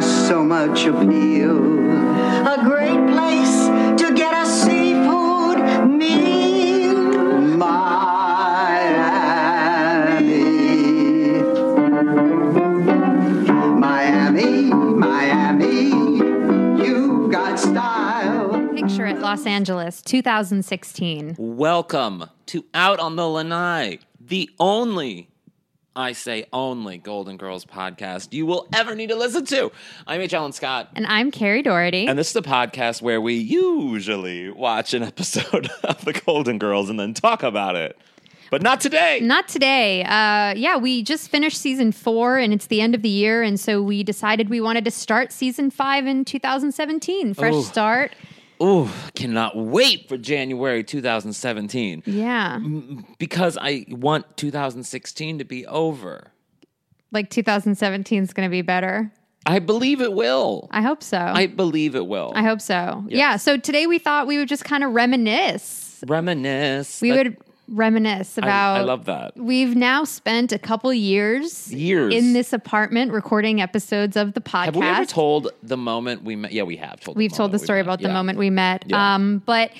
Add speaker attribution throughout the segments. Speaker 1: so much appeal. A great place to get a seafood meal. Miami. Miami, Miami, you've got style.
Speaker 2: Picture it, Los Angeles, 2016.
Speaker 3: Welcome to Out on the Lanai, the only, I say only, Golden Girls podcast you will ever need to listen to. I'm H. Allen Scott,
Speaker 2: And I'm Carrie Doherty.
Speaker 3: and this is the podcast where we usually watch an episode of the Golden Girls and then talk about it. But not today.
Speaker 2: Not today. Uh, yeah, we just finished season four and it's the end of the year. And so we decided we wanted to start season five in 2017. Fresh
Speaker 3: Ooh.
Speaker 2: start.
Speaker 3: Ooh, cannot wait for January 2017
Speaker 2: Yeah.
Speaker 3: Mm. because I want 2016 to be over.
Speaker 2: Like 2017 is going to be better.
Speaker 3: I believe it will.
Speaker 2: I hope so.
Speaker 3: I believe it will.
Speaker 2: I hope so. Yeah. So today we thought we would just kind of reminisce.
Speaker 3: Reminisce.
Speaker 2: We
Speaker 3: That-
Speaker 2: would reminisce
Speaker 3: I-
Speaker 2: about.
Speaker 3: I love that.
Speaker 2: We've now spent a couple years,
Speaker 3: Years.
Speaker 2: in this apartment recording episodes of the podcast.
Speaker 3: Have we ever told the moment we met? Yeah, we have told.
Speaker 2: We've told the
Speaker 3: moment Oh, we
Speaker 2: story
Speaker 3: met.
Speaker 2: about the
Speaker 3: Yeah.
Speaker 2: moment we met.
Speaker 3: Yeah.
Speaker 2: Um, but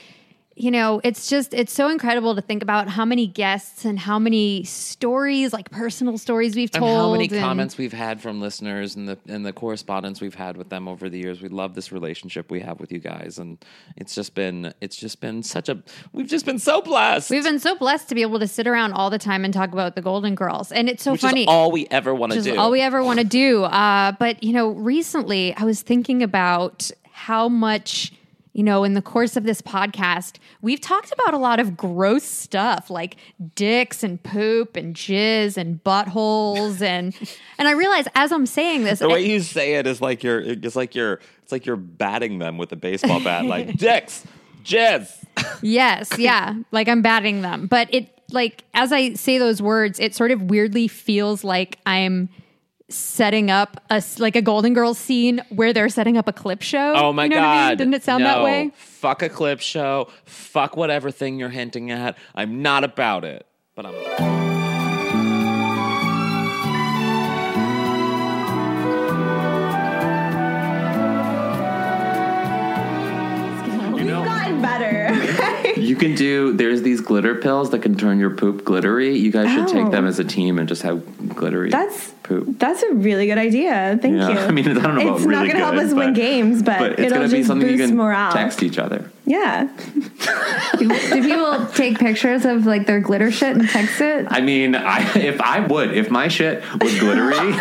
Speaker 2: you know, it's just it's so incredible to think about how many guests and how many stories, like personal stories we've
Speaker 3: And
Speaker 2: told.
Speaker 3: how many
Speaker 2: and-
Speaker 3: comments we've had from listeners and the and the correspondence we've had with them over the years. We love this relationship we have with you guys, and it's just been it's just been such a we've just been so blessed.
Speaker 2: We've been so blessed to be able to sit around all the time and talk about the Golden Girls. And it's so
Speaker 3: which
Speaker 2: funny.
Speaker 3: is all we ever want to
Speaker 2: Which
Speaker 3: do.
Speaker 2: is all we ever want to do. Uh, but you know, recently I was thinking about how much. You know, in the course of this podcast, we've talked about a lot of gross stuff like dicks and poop and jizz and buttholes and and I realize as I'm saying this,
Speaker 3: the way
Speaker 2: I-
Speaker 3: you say it is like you're it's like you're it's like you're batting them with a baseball bat, like dicks, jizz.
Speaker 2: yes, yeah, like I'm batting them. But it like as I say those words, it sort of weirdly feels like I'm setting up a s- like a Golden Girls scene where they're setting up a clip show.
Speaker 3: Oh my
Speaker 2: You know what
Speaker 3: god!
Speaker 2: I mean? Didn't it sound that
Speaker 3: No.
Speaker 2: way?
Speaker 3: Fuck a clip show. Fuck whatever thing you're hinting at. I'm not about it, but I'm.
Speaker 4: gotten better.
Speaker 5: You can do. There's these glitter pills that can turn your poop glittery. You guys should
Speaker 4: Oh.
Speaker 5: take them as a team and just have glittery.
Speaker 4: That's
Speaker 5: poop.
Speaker 4: that's a really good idea. Thank
Speaker 5: Yeah.
Speaker 4: you.
Speaker 5: I mean, I don't know about
Speaker 4: It's not
Speaker 5: really
Speaker 4: gonna help
Speaker 5: good,
Speaker 4: us win
Speaker 5: but-
Speaker 4: games, but,
Speaker 5: But it's
Speaker 4: it'll
Speaker 5: gonna
Speaker 4: just
Speaker 5: be something you
Speaker 4: boost
Speaker 5: can
Speaker 4: morale.
Speaker 5: text each other.
Speaker 4: Yeah.
Speaker 6: Do people take pictures of like their glitter shit and text it?
Speaker 5: I mean, I if I would, if my shit was glittery,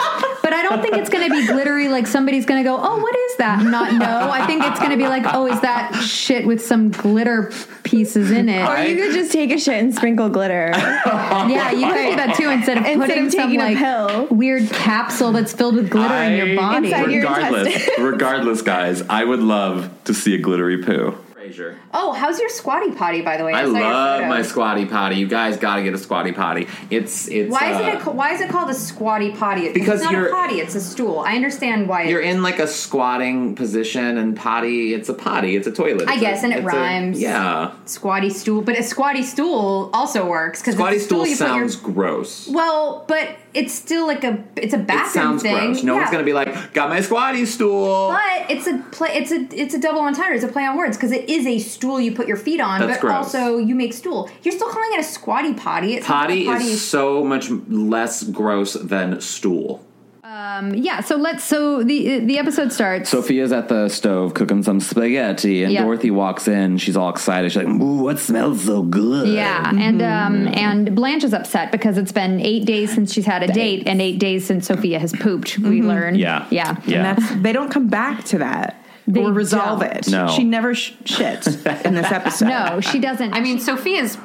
Speaker 6: But I don't think it's going to be glittery. Like somebody's going to go, "Oh, what is that?" and Not know. I think it's going to be like, "Oh, is that shit with some glitter pieces in it?"
Speaker 4: Or you could just take a shit and sprinkle glitter.
Speaker 6: yeah, you could do that too instead of
Speaker 4: Instead
Speaker 6: putting
Speaker 4: of
Speaker 6: some
Speaker 4: taking a
Speaker 6: like
Speaker 4: pill.
Speaker 6: weird capsule that's filled with glitter in your
Speaker 5: I-
Speaker 6: body.
Speaker 4: Inside your
Speaker 5: regardless,
Speaker 4: intestines.
Speaker 5: regardless, guys, I would love to see a glittery poo. Frazier.
Speaker 6: Oh, how's your squatty potty by the way?
Speaker 5: I
Speaker 6: saw your
Speaker 5: love
Speaker 6: photo.
Speaker 5: my squatty potty. You guys gotta get a squatty potty. It's it's.
Speaker 6: Why is
Speaker 5: uh,
Speaker 6: it a, why is it called a squatty potty? It's
Speaker 5: Because
Speaker 6: not
Speaker 5: you're-
Speaker 6: a potty, it's a stool. I understand why it
Speaker 5: You're in like a squatting position and potty. It's a potty. It's a toilet.
Speaker 6: I
Speaker 5: It's
Speaker 6: guess,
Speaker 5: a-
Speaker 6: and it
Speaker 5: it's a-
Speaker 6: rhymes.
Speaker 5: yeah.
Speaker 6: squatty stool, but a squatty stool also works because
Speaker 5: Squatty
Speaker 6: it's a stool,
Speaker 5: stool
Speaker 6: you put your-
Speaker 5: sounds gross.
Speaker 6: Well, but it's still like a it's a bathroom
Speaker 5: It sounds
Speaker 6: thing.
Speaker 5: gross. No one's
Speaker 6: Yeah.
Speaker 5: gonna be like, "Got my squatty stool."
Speaker 6: But it's a play. It's a it's a double entendre. It's a play on words because it is a stool you put your feet on,
Speaker 5: That's
Speaker 6: but
Speaker 5: gross.
Speaker 6: also you make stool. You're still calling it a squatty potty. It's not
Speaker 5: potty
Speaker 6: a potty.
Speaker 5: is so much less gross than stool.
Speaker 6: um, yeah. So let's. So the the episode starts.
Speaker 5: Sophia's at the stove cooking some spaghetti, and
Speaker 6: Yeah. Dorothy
Speaker 5: walks in. She's all excited. She's like, "Ooh, what smells so good?"
Speaker 6: Yeah, and um,
Speaker 5: Mm-hmm.
Speaker 6: and Blanche is upset because it's been eight days since she's had a date, and eight days since Sophia has pooped. We learn.
Speaker 5: Mm-hmm. Yeah.
Speaker 6: yeah,
Speaker 5: Yeah.
Speaker 7: And that's they don't come back to that
Speaker 6: They
Speaker 7: or resolve
Speaker 6: don't.
Speaker 7: it.
Speaker 5: No.
Speaker 7: She never sh- shits in this episode.
Speaker 6: No, she doesn't.
Speaker 8: I mean, Sophia's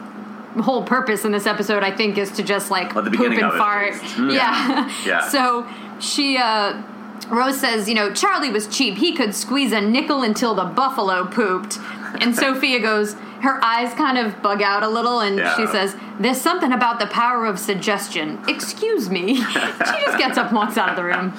Speaker 8: whole purpose in this episode, I think, is to just like
Speaker 5: the
Speaker 8: poop
Speaker 5: beginning
Speaker 8: and
Speaker 5: of it,
Speaker 8: fart.
Speaker 5: at least. Mm.
Speaker 8: Yeah.
Speaker 5: Yeah.
Speaker 8: so she, uh, Rose says, you know, Charlie was cheap. He could squeeze a nickel until the buffalo pooped. And Sophia goes, her eyes kind of bug out a little, and
Speaker 5: Yeah.
Speaker 8: she says, There's something about the power of suggestion. Excuse me. she just gets up and walks out of the room.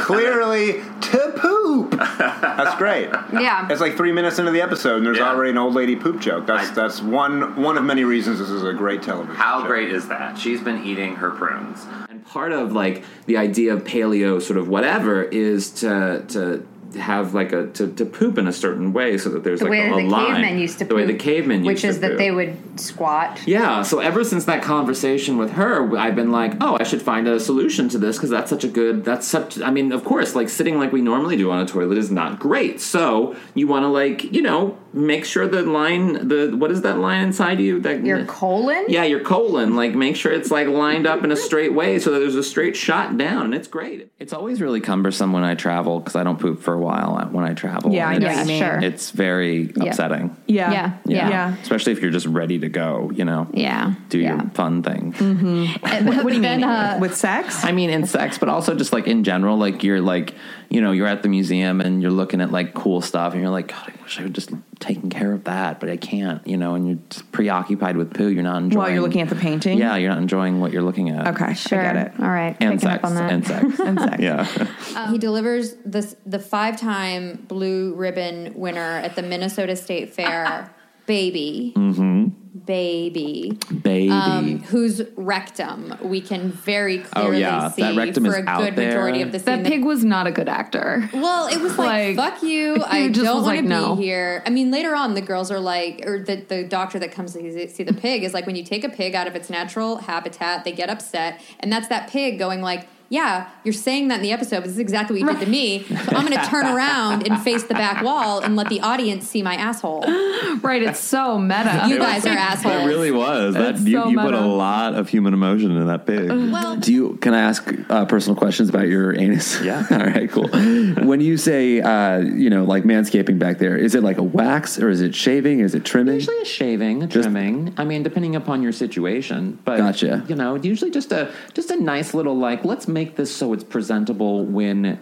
Speaker 9: clearly to poop. That's great.
Speaker 8: Yeah.
Speaker 9: It's like three minutes into the episode, and there's
Speaker 5: Yeah.
Speaker 9: already an old lady poop joke. That's
Speaker 5: I-
Speaker 9: that's one one of many reasons this is a great television.
Speaker 5: How
Speaker 9: show.
Speaker 5: great is that? She's been eating her prunes. And part of like the idea of paleo sort of whatever is to to
Speaker 3: have like a to, to poop in a certain way so that there's
Speaker 10: the
Speaker 3: like
Speaker 10: way
Speaker 3: a,
Speaker 10: that the
Speaker 3: line.
Speaker 10: cavemen used to
Speaker 3: the way the
Speaker 10: poop,
Speaker 3: cavemen
Speaker 10: which
Speaker 3: used
Speaker 10: is
Speaker 3: to
Speaker 10: that
Speaker 3: poop.
Speaker 10: they would squat.
Speaker 3: Yeah, so ever since that conversation with her, I've been like, oh, I should find a solution to this because that's such a good. That's such. I mean, of course, like sitting like we normally do on a toilet is not great. So you want to like you know make sure the line the what is that line inside you that
Speaker 10: Your colon?
Speaker 3: Yeah, your colon. Like make sure it's like lined up in a straight way so that there's a straight shot down, and it's great. It's always really cumbersome when I travel because I don't poop for a while when I travel.
Speaker 4: Yeah, I
Speaker 3: And
Speaker 4: know
Speaker 3: it's-
Speaker 4: what you mean.
Speaker 2: sure.
Speaker 3: It's very upsetting.
Speaker 4: Yeah.
Speaker 2: Yeah.
Speaker 3: Yeah.
Speaker 4: Yeah.
Speaker 3: Especially if you're just ready to go, you know.
Speaker 2: Yeah.
Speaker 3: Do
Speaker 2: Yeah. Mm-hmm. uh,
Speaker 3: your fun thing.
Speaker 2: what do you mean?
Speaker 4: With sex?
Speaker 3: I mean, in sex, but also just like in general, like you're like, you know, you're at the museum and you're looking at like cool stuff and you're like, God, I wish I would just taken care of that, but I can't, you know, and you're just preoccupied with poo. You're not enjoying.
Speaker 4: While you're looking at the painting?
Speaker 3: Yeah, you're not enjoying what you're looking at.
Speaker 4: Okay. I get it.
Speaker 2: All right.
Speaker 3: And
Speaker 2: picking up
Speaker 3: sex.
Speaker 2: on that.
Speaker 3: And sex.
Speaker 4: And sex.
Speaker 3: yeah.
Speaker 2: um, He delivers this the five time blue ribbon winner at the Minnesota State Fair, baby, baby,
Speaker 3: Mm-hmm. Baby.
Speaker 2: um, whose rectum we can very clearly
Speaker 3: Oh, yeah, that
Speaker 2: see
Speaker 3: rectum
Speaker 2: for
Speaker 3: is
Speaker 2: a
Speaker 3: out
Speaker 2: good
Speaker 3: there.
Speaker 2: majority of the scene.
Speaker 11: That pig was not a good actor.
Speaker 2: well, it was like,
Speaker 11: Like,
Speaker 2: fuck you.
Speaker 11: he
Speaker 2: I
Speaker 11: just was
Speaker 2: don't want
Speaker 11: like,
Speaker 2: to be
Speaker 11: no.
Speaker 2: here. I mean, later on, the girls are like, or the, the doctor that comes to see the pig is like, when you take a pig out of its natural habitat, they get upset, and that's that pig going like. Yeah, you're saying that in the episode, but this is exactly what you did to me. So I'm going to turn around and face the back wall and let the audience see my asshole. You
Speaker 11: Right, it's so meta.
Speaker 2: guys are assholes.
Speaker 12: That really was. That
Speaker 11: That's
Speaker 12: you,
Speaker 11: so
Speaker 12: you put a
Speaker 11: meta.
Speaker 12: lot of human emotion into that pig.
Speaker 2: Well-
Speaker 13: Do you? Can I ask uh, personal questions about your anus? Yeah. All right. Cool. when you say, uh, you know, like manscaping back there, is it like a wax or is it shaving? Is it trimming?
Speaker 3: Usually a shaving, a trimming. I mean, depending upon your situation, but
Speaker 13: Gotcha.
Speaker 3: You know, usually just a just a nice little like. Let's make this so it's presentable when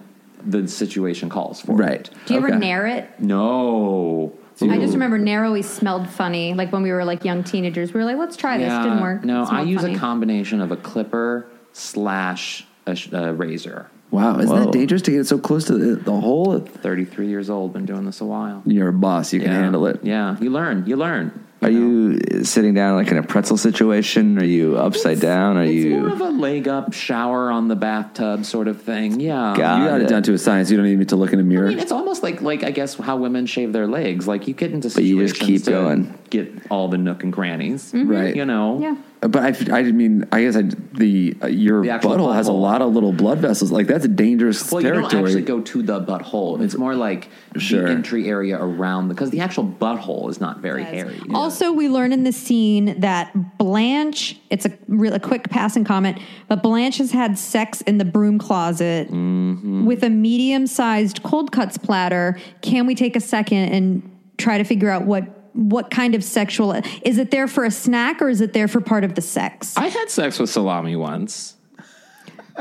Speaker 3: the situation calls for
Speaker 13: Right.
Speaker 3: it.
Speaker 2: Do you
Speaker 13: Okay.
Speaker 2: ever nair it?
Speaker 3: No,
Speaker 2: I just remember narrowy smelled funny. Like when we were like young teenagers, we were like, let's try this.
Speaker 3: Yeah,
Speaker 2: Didn't work. It
Speaker 3: No, I
Speaker 2: smelled
Speaker 3: use
Speaker 2: funny.
Speaker 3: a combination of a clipper slash a, sh- a razor.
Speaker 13: Wow. Isn't
Speaker 12: Whoa.
Speaker 13: that dangerous to get it so close to the, the hole?
Speaker 3: Thirty three years old, been doing this a while.
Speaker 13: You're a boss. You can
Speaker 3: Yeah.
Speaker 13: handle it.
Speaker 3: Yeah, you learn. You learn.
Speaker 13: Are you sitting down like in a pretzel situation? Are you upside down? Are
Speaker 3: It's more
Speaker 13: you?
Speaker 3: of a leg up shower on the bathtub sort of thing. Yeah.
Speaker 13: you got it down to a science. You don't even need to look in a mirror.
Speaker 3: I mean, it's almost like like I guess how women shave their legs. Like you get into
Speaker 13: But
Speaker 3: situations
Speaker 13: you just keep
Speaker 3: to
Speaker 13: going.
Speaker 3: get all the nook and crannies,
Speaker 13: Right.
Speaker 3: You know,
Speaker 2: Mm-hmm. Yeah.
Speaker 13: But I, I mean, I guess I, the uh, your
Speaker 3: The actual
Speaker 13: butthole has a
Speaker 3: butthole.
Speaker 13: lot of little blood vessels. Like that's a dangerous
Speaker 3: Well, you don't
Speaker 13: territory.
Speaker 3: actually go to the butthole. It's more like
Speaker 13: Sure.
Speaker 3: the entry area around because the actual butthole is not very hairy.
Speaker 2: Also, we learn in the scene that Blanche, it's a, real, a quick passing comment, but Blanche has had sex in the broom closet
Speaker 12: Mm-hmm.
Speaker 2: with a medium sized cold cuts platter. Can we take a second and try to figure out what? What kind of sexual is it there for a snack or is it there for part of the sex?
Speaker 12: I had sex with salami once.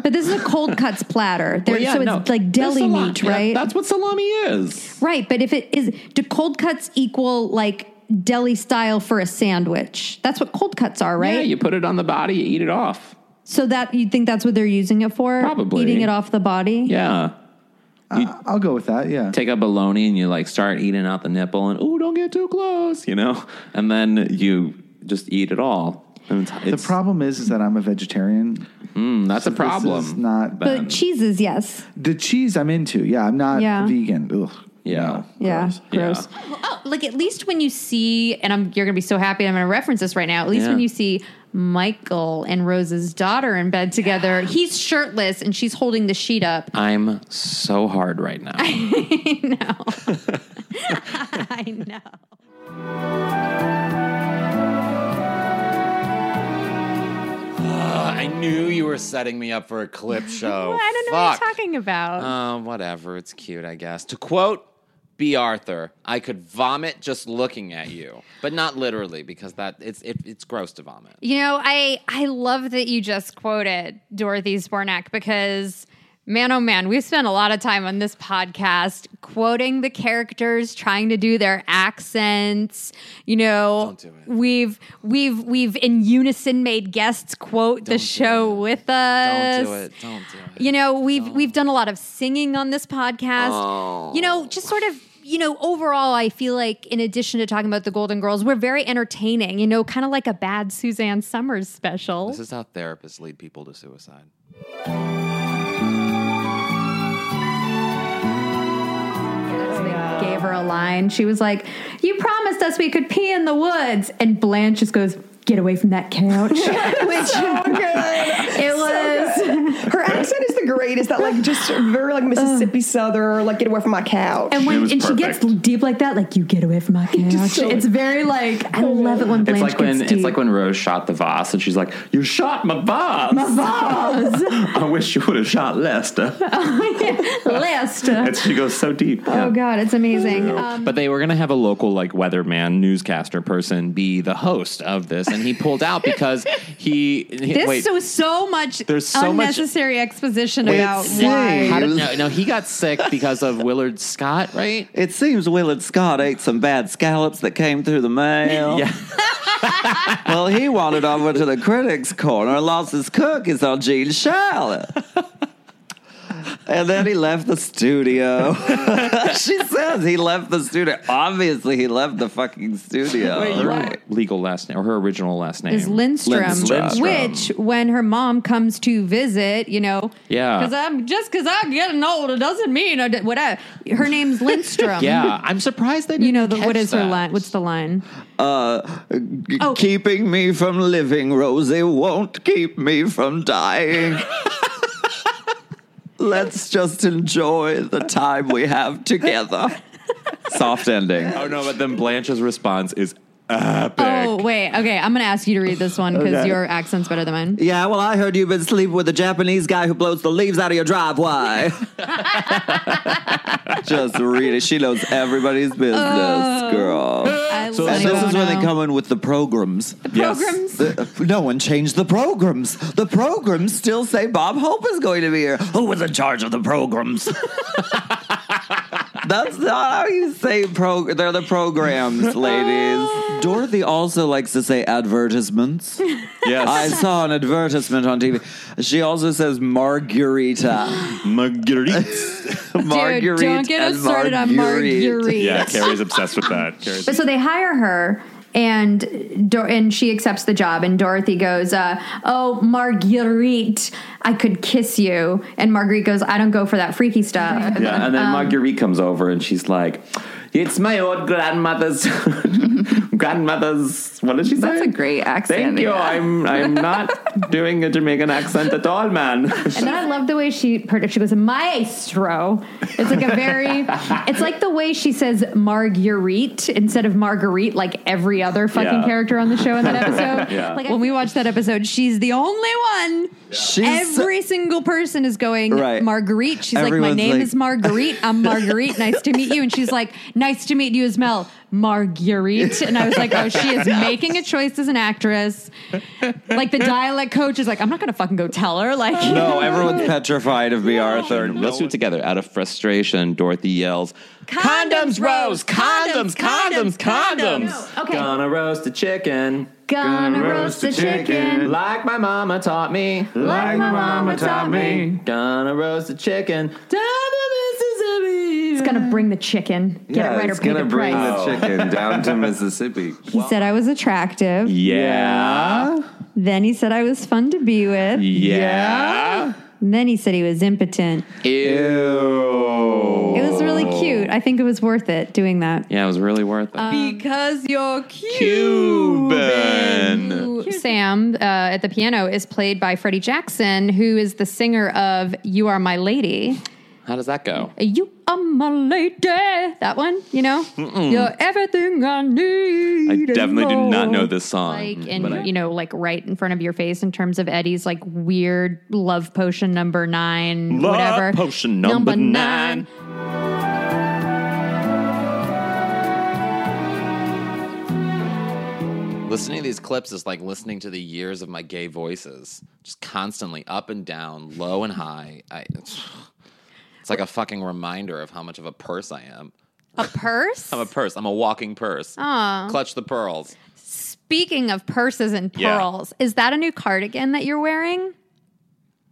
Speaker 2: But this is a cold cuts platter, There-
Speaker 12: Well, yeah,
Speaker 2: so it's
Speaker 12: no,
Speaker 2: like deli
Speaker 12: that's salami.
Speaker 2: meat,
Speaker 12: Yeah,
Speaker 2: right?
Speaker 12: that's what salami is.
Speaker 2: Right, but if it is, do cold cuts equal like deli style for a sandwich? That's what cold cuts are,
Speaker 12: Yeah,
Speaker 2: right?
Speaker 12: you put it on the body, you eat it off.
Speaker 2: so that you think that's what they're using it for?
Speaker 12: Probably.
Speaker 2: eating it off the body.
Speaker 12: Yeah.
Speaker 13: I'll go with that. Yeah.
Speaker 12: Take a bologna and you like start eating out the nipple and oh, don't get too close, you know? And then you just eat it all. And it's, it's-
Speaker 13: problem is, is that I'm a vegetarian.
Speaker 12: that's a problem.
Speaker 13: not
Speaker 2: but cheeses, yes,
Speaker 13: the cheese. I'm into. Yeah, I'm not
Speaker 2: Yeah.
Speaker 13: vegan.
Speaker 12: yeah.
Speaker 2: yeah,
Speaker 12: Gross.
Speaker 2: Oh, like at least when you see, and I'm you're gonna be so happy. I'm gonna reference this right now. At least
Speaker 12: Yeah.
Speaker 2: when you see Michael and Rose's daughter in bed together, he's shirtless and she's holding the sheet up.
Speaker 12: Oh,
Speaker 3: I'm so hard right now.
Speaker 2: I know. I know.
Speaker 14: Uh, I knew you were setting me up for a clip show.
Speaker 2: I don't know
Speaker 14: Fuck.
Speaker 2: what you're talking about.
Speaker 14: Uh, whatever. It's cute, I guess. To quote B. Arthur, I could vomit just looking at you, but not literally because that it's it, it's gross to vomit.
Speaker 2: You know, I I love that you just quoted Dorothy Spornak because man oh man, we've spent a lot of time on this podcast quoting the characters, trying to do their accents. You know,
Speaker 14: Don't do it.
Speaker 2: we've we've we've in unison made guests quote the show with us.
Speaker 14: Don't do it. Don't do it.
Speaker 2: You know, we've we've done a lot of singing on this podcast. You
Speaker 14: Oh.
Speaker 2: know, just sort of you know, overall, I feel like in addition to talking about the Golden Girls, we're very entertaining. You know, kind of like a bad Suzanne Summers special.
Speaker 14: This is how therapists lead people to suicide.
Speaker 9: a line. She was like, "You promised us we could pee in the woods," and Blanche just goes, "Get away from that couch." Which
Speaker 4: so good. It
Speaker 9: was-
Speaker 4: her accent is the greatest. That like just very like Mississippi Southern, like get away from my couch.
Speaker 9: And when and she gets deep like that, like you get away from my couch.
Speaker 4: so-
Speaker 9: it's very like I love it when
Speaker 3: It's
Speaker 9: Blanche
Speaker 3: like when
Speaker 9: gets
Speaker 3: it's
Speaker 9: deep.
Speaker 3: like when Rose shot the vase, and she's like, "You shot my vase.
Speaker 9: My vase."
Speaker 3: I wish you would have shot Lester."
Speaker 9: Lester.
Speaker 3: And she goes so deep.
Speaker 2: Oh God, it's amazing. Um,
Speaker 3: But they were going to have a local like weatherman newscaster person be the host of this, and he pulled out because he, he-
Speaker 2: this
Speaker 3: wait.
Speaker 2: was so much
Speaker 3: There's so much-
Speaker 2: unnecessary exposition
Speaker 3: Wait,
Speaker 2: about
Speaker 3: it's-
Speaker 2: why.
Speaker 3: How did- no, no, he got sick because of Willard Scott, right?
Speaker 15: It seems Willard Scott ate some bad scallops that came through the mail.
Speaker 3: Yeah.
Speaker 15: well, he wandered over to the critics' corner and lost his cookies on Gene Shalit. And then he left the studio. she says he left the studio. Obviously, he left the fucking studio.
Speaker 3: Wait, her legal last name or her original last name
Speaker 2: is Lindstrom, which when her mom comes to visit, you know,
Speaker 3: Yeah.
Speaker 2: because I'm just because I'm getting old, it doesn't mean I did, whatever. Her name's Lindstrom.
Speaker 3: Yeah, I'm surprised they
Speaker 2: You know, the,
Speaker 15: catch
Speaker 2: what is her
Speaker 15: that.
Speaker 2: line? What's the line?
Speaker 15: Uh, g- Keeping me from living, Rosie, won't keep me from dying. Let's just enjoy the time we have together.
Speaker 3: soft ending. Oh no, but then Blanche's response is epic.
Speaker 2: Oh wait, okay, I'm gonna ask you to read this one because
Speaker 15: Okay.
Speaker 2: your accent's better than mine.
Speaker 15: Yeah, well, I heard you've been sleeping with a Japanese guy who blows the leaves out of your driveway. just read it. She knows everybody's business, Uh,
Speaker 2: Oh.
Speaker 15: girl.
Speaker 2: I So- love
Speaker 15: and this is when they
Speaker 2: Bono.
Speaker 15: come in with the programs. The
Speaker 2: Yes. programs?
Speaker 15: no one changed the programs. The programs still say Bob Hope is going to be here. Who was in charge of the programs? That's not how you say prog. They're the programs,
Speaker 16: Oh.
Speaker 15: ladies. Dorothy also likes to say advertisements.
Speaker 3: Yes.
Speaker 15: I saw an advertisement on TV. She also says margarita.
Speaker 3: Marguerite.
Speaker 15: Marguerite.
Speaker 9: don't get
Speaker 15: and
Speaker 9: us started on marguerite.
Speaker 3: Yeah, Carrie's obsessed with that. Carrie's
Speaker 9: But so they hire her, and Dor- and she accepts the job. And Dorothy goes, uh, "Oh, Marguerite, I could kiss you." And Marguerite goes, "I don't go for that freaky stuff."
Speaker 3: Yeah,
Speaker 9: and then
Speaker 2: um,
Speaker 3: Marguerite comes over and she's like, "It's my old grandmother's grandmother's." What did she
Speaker 4: That's
Speaker 3: say?
Speaker 4: a great accent.
Speaker 3: Thank you.
Speaker 4: yeah.
Speaker 3: I'm I'm not doing a Jamaican accent at all, man.
Speaker 9: And then I love the way she per- she goes maestro. It's like a very it's like the way she says Marguerite instead of Marguerite like every other fucking
Speaker 2: Yeah.
Speaker 9: character on the show in that episode.
Speaker 2: Yeah.
Speaker 9: Like
Speaker 2: when we watched that episode, she's the only one.
Speaker 15: She's-
Speaker 2: Every single person is going
Speaker 15: Right.
Speaker 2: Marguerite. She's like, my
Speaker 15: Everyone's
Speaker 2: name
Speaker 15: like-
Speaker 2: is Marguerite. I'm Marguerite. Nice to meet you. And she's like, nice to meet you as Mel. Marguerite. And I was like, oh, she is making a choice as an actress. Like the dialect coach is like, I'm not gonna fucking go tell her. Like,
Speaker 15: No, everyone's petrified of me, Arthur.
Speaker 3: Let's do it together. Out of frustration, Dorothy yells,
Speaker 2: Condoms, Rose.
Speaker 3: Condoms, condoms, condoms.
Speaker 9: Okay.
Speaker 3: Gonna roast a chicken.
Speaker 9: Gonna roast a chicken.
Speaker 3: Like my mama taught me.
Speaker 9: Like my mama taught me.
Speaker 3: Gonna roast a chicken.
Speaker 9: It's gonna bring the chicken. Get it right or pay the price.
Speaker 15: chicken down to Mississippi.
Speaker 2: he said I was attractive.
Speaker 3: Oh, Yeah.
Speaker 2: Then he said I was fun to be with.
Speaker 3: Yeah.
Speaker 2: And then he said he was impotent.
Speaker 3: Ew.
Speaker 2: It was really cute. I think it was worth it doing that.
Speaker 3: Yeah, it was really worth it.
Speaker 2: because you're
Speaker 3: Cuban.
Speaker 2: Sam uh, at the piano is played by Freddie Jackson, who is the singer of You Are My Lady.
Speaker 3: How does that go?
Speaker 2: You are my lady. That one, you know?
Speaker 3: Mm-mm.
Speaker 2: You're everything I need.
Speaker 3: I
Speaker 2: and
Speaker 3: definitely do not know
Speaker 2: more.
Speaker 3: this song,
Speaker 2: Like,
Speaker 3: but
Speaker 2: and,
Speaker 3: I-
Speaker 2: you know, like right in front of your face in terms of Eddie's like weird love potion number nine,
Speaker 3: Love
Speaker 2: whatever.
Speaker 3: potion number nine.
Speaker 14: Listening to these clips is like listening to the years of my gay voices, just constantly up and down, low and high. I, it's, it's like a fucking reminder of how much of a purse I am.
Speaker 2: A purse?
Speaker 14: I'm a purse. I'm a walking purse.
Speaker 2: Aw.
Speaker 14: Clutch the pearls.
Speaker 2: Speaking of purses and
Speaker 14: Yeah.
Speaker 2: pearls, is that a new cardigan that you're wearing?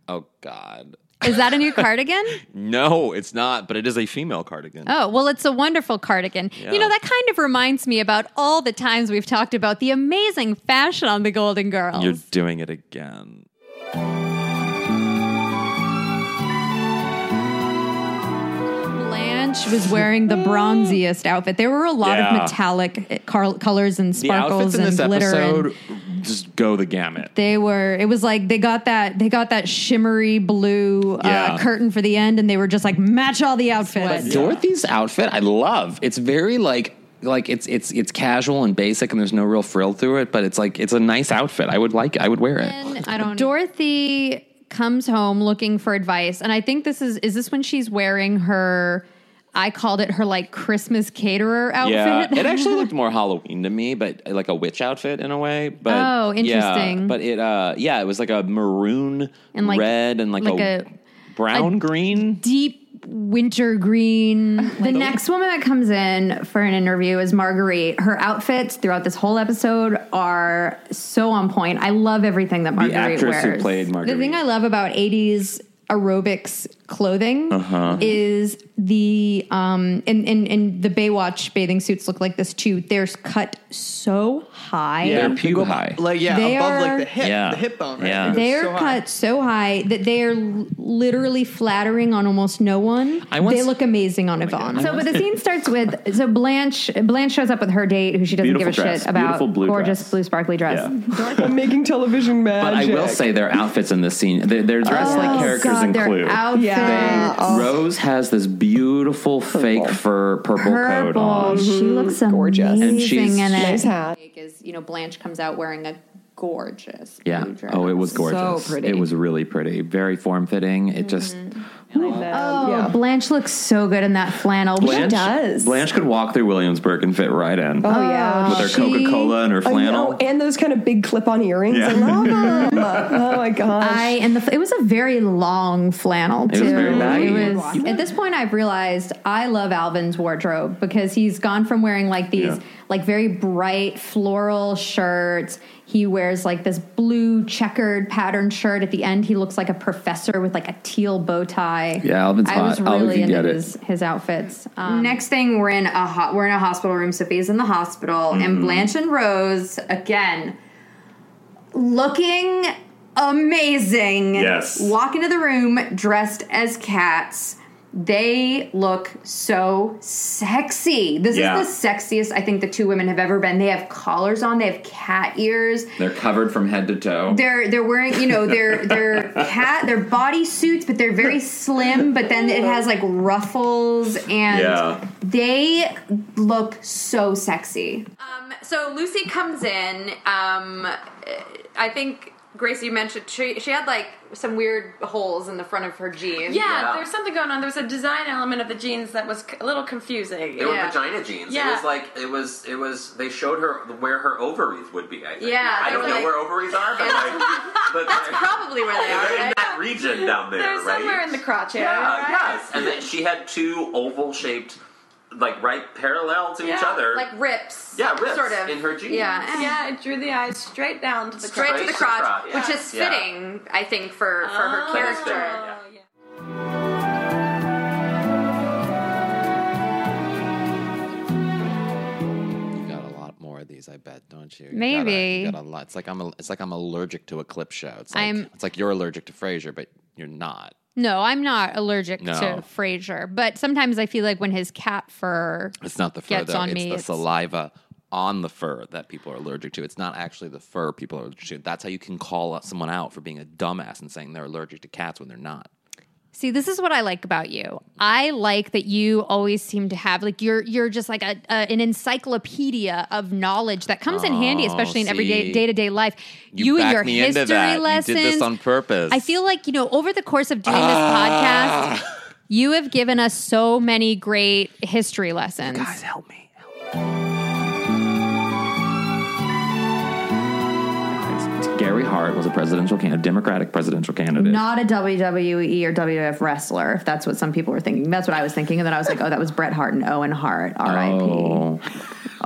Speaker 14: Oh God.
Speaker 2: Is that a new cardigan?
Speaker 14: No, it's not. But it is a female cardigan.
Speaker 2: Oh, well, it's a wonderful cardigan. You
Speaker 14: Yeah.
Speaker 2: know, that kind of reminds me about all the times we've talked about the amazing fashion on the Golden Girls.
Speaker 3: You're doing it again.
Speaker 2: Blanche she was wearing the bronziest outfit. There were a lot
Speaker 16: Yeah.
Speaker 2: of metallic eh, car- colors and
Speaker 16: The outfits
Speaker 2: sparkles
Speaker 16: in
Speaker 2: and
Speaker 16: this
Speaker 2: glitter.
Speaker 16: episode
Speaker 2: And
Speaker 16: just go the gamut.
Speaker 2: they were. It was like they got that. They got that shimmery blue
Speaker 16: Yeah.
Speaker 2: uh, curtain for the end, and they were just like match all the outfits.
Speaker 14: But Dorothy's outfit, I love. It's very like like it's it's it's casual and basic, and there's no real frill through it. But it's like it's a nice outfit. I would like. I would wear it.
Speaker 2: I don't. Dorothy comes home looking for advice, and I think this is is this when she's wearing her. I called it her like Christmas caterer outfit.
Speaker 14: it actually looked more Halloween to me, but like a witch outfit in a way. But
Speaker 2: Oh,
Speaker 14: yeah,
Speaker 2: interesting.
Speaker 14: but it, uh, yeah, it was like a maroon
Speaker 2: And, like-
Speaker 14: red and like,
Speaker 2: like
Speaker 14: a,
Speaker 2: a-
Speaker 14: brown
Speaker 2: a
Speaker 14: green.
Speaker 2: deep winter green.
Speaker 4: The next woman that comes in for an interview is Marguerite. Her outfits throughout this whole episode are so on point. I love everything that Marguerite
Speaker 17: actress who
Speaker 4: wears.
Speaker 17: played Marguerite.
Speaker 2: The thing I love about 80s aerobics clothing
Speaker 17: Uh-huh.
Speaker 2: is the um and, and and the Baywatch bathing suits look like this too. They're cut so high.
Speaker 17: pubic high.
Speaker 16: Like yeah,
Speaker 2: They
Speaker 16: above
Speaker 2: are-
Speaker 16: like the hip,
Speaker 17: Yeah.
Speaker 16: the hip bone. Right?
Speaker 17: Yeah.
Speaker 16: It goes
Speaker 2: They're
Speaker 16: so high.
Speaker 2: cut so high that they are l- literally flattering on almost no one.
Speaker 4: I once-
Speaker 2: they look amazing
Speaker 3: Oh
Speaker 2: on Yvonne.
Speaker 4: So, but the scene starts with so Blanche. Blanche shows up with her date, who she doesn't
Speaker 3: Beautiful
Speaker 4: give a
Speaker 3: dress.
Speaker 4: shit about.
Speaker 3: Beautiful blue
Speaker 4: gorgeous blue sparkly dress. making television
Speaker 3: But I
Speaker 4: magic.
Speaker 3: will say their outfits in this scene, they're, they're dressed
Speaker 4: Oh,
Speaker 3: like characters
Speaker 4: God,
Speaker 3: in
Speaker 4: their
Speaker 3: Clue.
Speaker 4: outfits. Yeah.
Speaker 3: They- Rose has this beautiful fake fur purple, coat on.
Speaker 4: She looks Mm-hmm. gorgeous,
Speaker 3: And she's-
Speaker 4: in it.
Speaker 3: Nice hat.
Speaker 2: Is you know Blanche comes out wearing a gorgeous.
Speaker 3: Yeah.
Speaker 2: blue dress.
Speaker 3: Oh, it was gorgeous.
Speaker 2: So pretty.
Speaker 3: It was really pretty. Very form fitting. It just
Speaker 4: Oh, Blanche looks so good in that flannel.
Speaker 3: Blanche Blanche could walk through Williamsburg and fit right in.
Speaker 7: Oh, yeah.
Speaker 17: With her Coca Cola and her
Speaker 4: Oh,
Speaker 7: I
Speaker 17: flannel.
Speaker 7: know, and those kind of big clip-on earrings.
Speaker 17: Yeah.
Speaker 7: I love 'em. oh my gosh!
Speaker 4: I and the it was a very long flannel
Speaker 7: It
Speaker 4: too.
Speaker 7: was very baggy.
Speaker 4: It was- at this point, I've realized I love Alvin's wardrobe because he's gone from wearing like these
Speaker 2: Yeah.
Speaker 4: like very bright floral shirts. He wears like this blue checkered pattern shirt. At the end, he looks like a professor with like a teal bow tie.
Speaker 3: Yeah, Alvin's
Speaker 4: I was
Speaker 3: hot. Alvin
Speaker 4: really
Speaker 3: can
Speaker 4: into
Speaker 3: get it.
Speaker 4: his, his outfits. Um,
Speaker 8: Next thing, we're in a ho- we're in a hospital room. Sophia's in the hospital, and
Speaker 3: Mm-hmm.
Speaker 4: Mhm.
Speaker 8: Blanche and Rose again, looking amazing.
Speaker 16: Yes.
Speaker 8: walk into the room dressed as cats. They look so sexy. This
Speaker 3: Yeah.
Speaker 8: is the sexiest I think the two women have ever been. They have collars on. They have cat ears.
Speaker 3: They're covered from head to toe.
Speaker 8: They're they're wearing you know they're they're cat they're body suits, but they're very slim. But then it has like ruffles and
Speaker 17: Yeah.
Speaker 8: they look so sexy. Um, so Lucy comes in. Um, I think Grace, you mentioned she, she had like some weird holes in the front of her jeans.
Speaker 18: Yeah, there's something going on. There's a design element of the jeans that was c- a little confusing.
Speaker 19: They
Speaker 18: yeah.
Speaker 19: were vagina jeans.
Speaker 18: Yeah.
Speaker 19: It was like it was it was they showed her where her ovaries would be. I think.
Speaker 18: Yeah,
Speaker 19: I
Speaker 18: they
Speaker 19: don't
Speaker 18: were
Speaker 19: know
Speaker 18: like-
Speaker 19: where ovaries are, but
Speaker 18: Yeah.
Speaker 19: like, but
Speaker 18: That's probably where they
Speaker 19: they're
Speaker 18: are.
Speaker 19: in
Speaker 18: Right?
Speaker 19: that region down there,
Speaker 18: They're
Speaker 19: right?
Speaker 18: somewhere in the crotch area.
Speaker 19: yeah,
Speaker 18: right?
Speaker 19: yes. And then she had two oval shaped, like right parallel to each
Speaker 18: Yeah,
Speaker 19: other.
Speaker 18: like rips.
Speaker 19: Yeah, rips
Speaker 18: sort of
Speaker 19: in her jeans.
Speaker 18: Yeah, yeah. It drew the eyes straight down to the
Speaker 19: Straight
Speaker 18: crotch.
Speaker 19: to the crotch, yeah.
Speaker 18: which is
Speaker 19: Yeah. Oh.
Speaker 18: fitting, I think, for
Speaker 8: for her character.
Speaker 2: Oh,
Speaker 14: You got a lot more of these, I bet, don't you? You
Speaker 2: Maybe.
Speaker 14: gotta, you got a lot. It's like I'm. A, it's like I'm allergic to a clip show. It's like,
Speaker 2: I'm-
Speaker 14: It's like you're allergic to Frasier, but you're not.
Speaker 2: No, I'm not allergic
Speaker 14: No.
Speaker 2: to Frasier, but sometimes I feel like when his cat fur
Speaker 14: It's not the fur
Speaker 2: gets
Speaker 14: though.
Speaker 2: on
Speaker 14: it's
Speaker 2: me,
Speaker 14: the saliva on the fur that people are allergic to. It's not actually the fur people are allergic to. That's how you can call someone out for being a dumbass and saying they're allergic to cats when they're not.
Speaker 2: See, this is what I like about you. I like that you always seem to have like you're you're just like a, a an encyclopedia of knowledge that comes in handy,
Speaker 14: Oh,
Speaker 2: especially in
Speaker 14: see.
Speaker 2: everyday day to day life. You, and
Speaker 14: backed
Speaker 2: your
Speaker 14: me
Speaker 2: history
Speaker 14: into that.
Speaker 2: lessons.
Speaker 14: You did this on purpose.
Speaker 2: I feel like you know over the course of doing this podcast,
Speaker 14: Ah.
Speaker 2: you have given us so many great history lessons. guys,
Speaker 14: help me.
Speaker 3: Gary Hart was a presidential candidate, Democratic presidential candidate.
Speaker 4: Not a WWE or WWF wrestler, if that's what some people were thinking. That's what I was thinking. And then I was like, oh, that was Bret Hart and Owen Hart, RIP.
Speaker 3: Oh.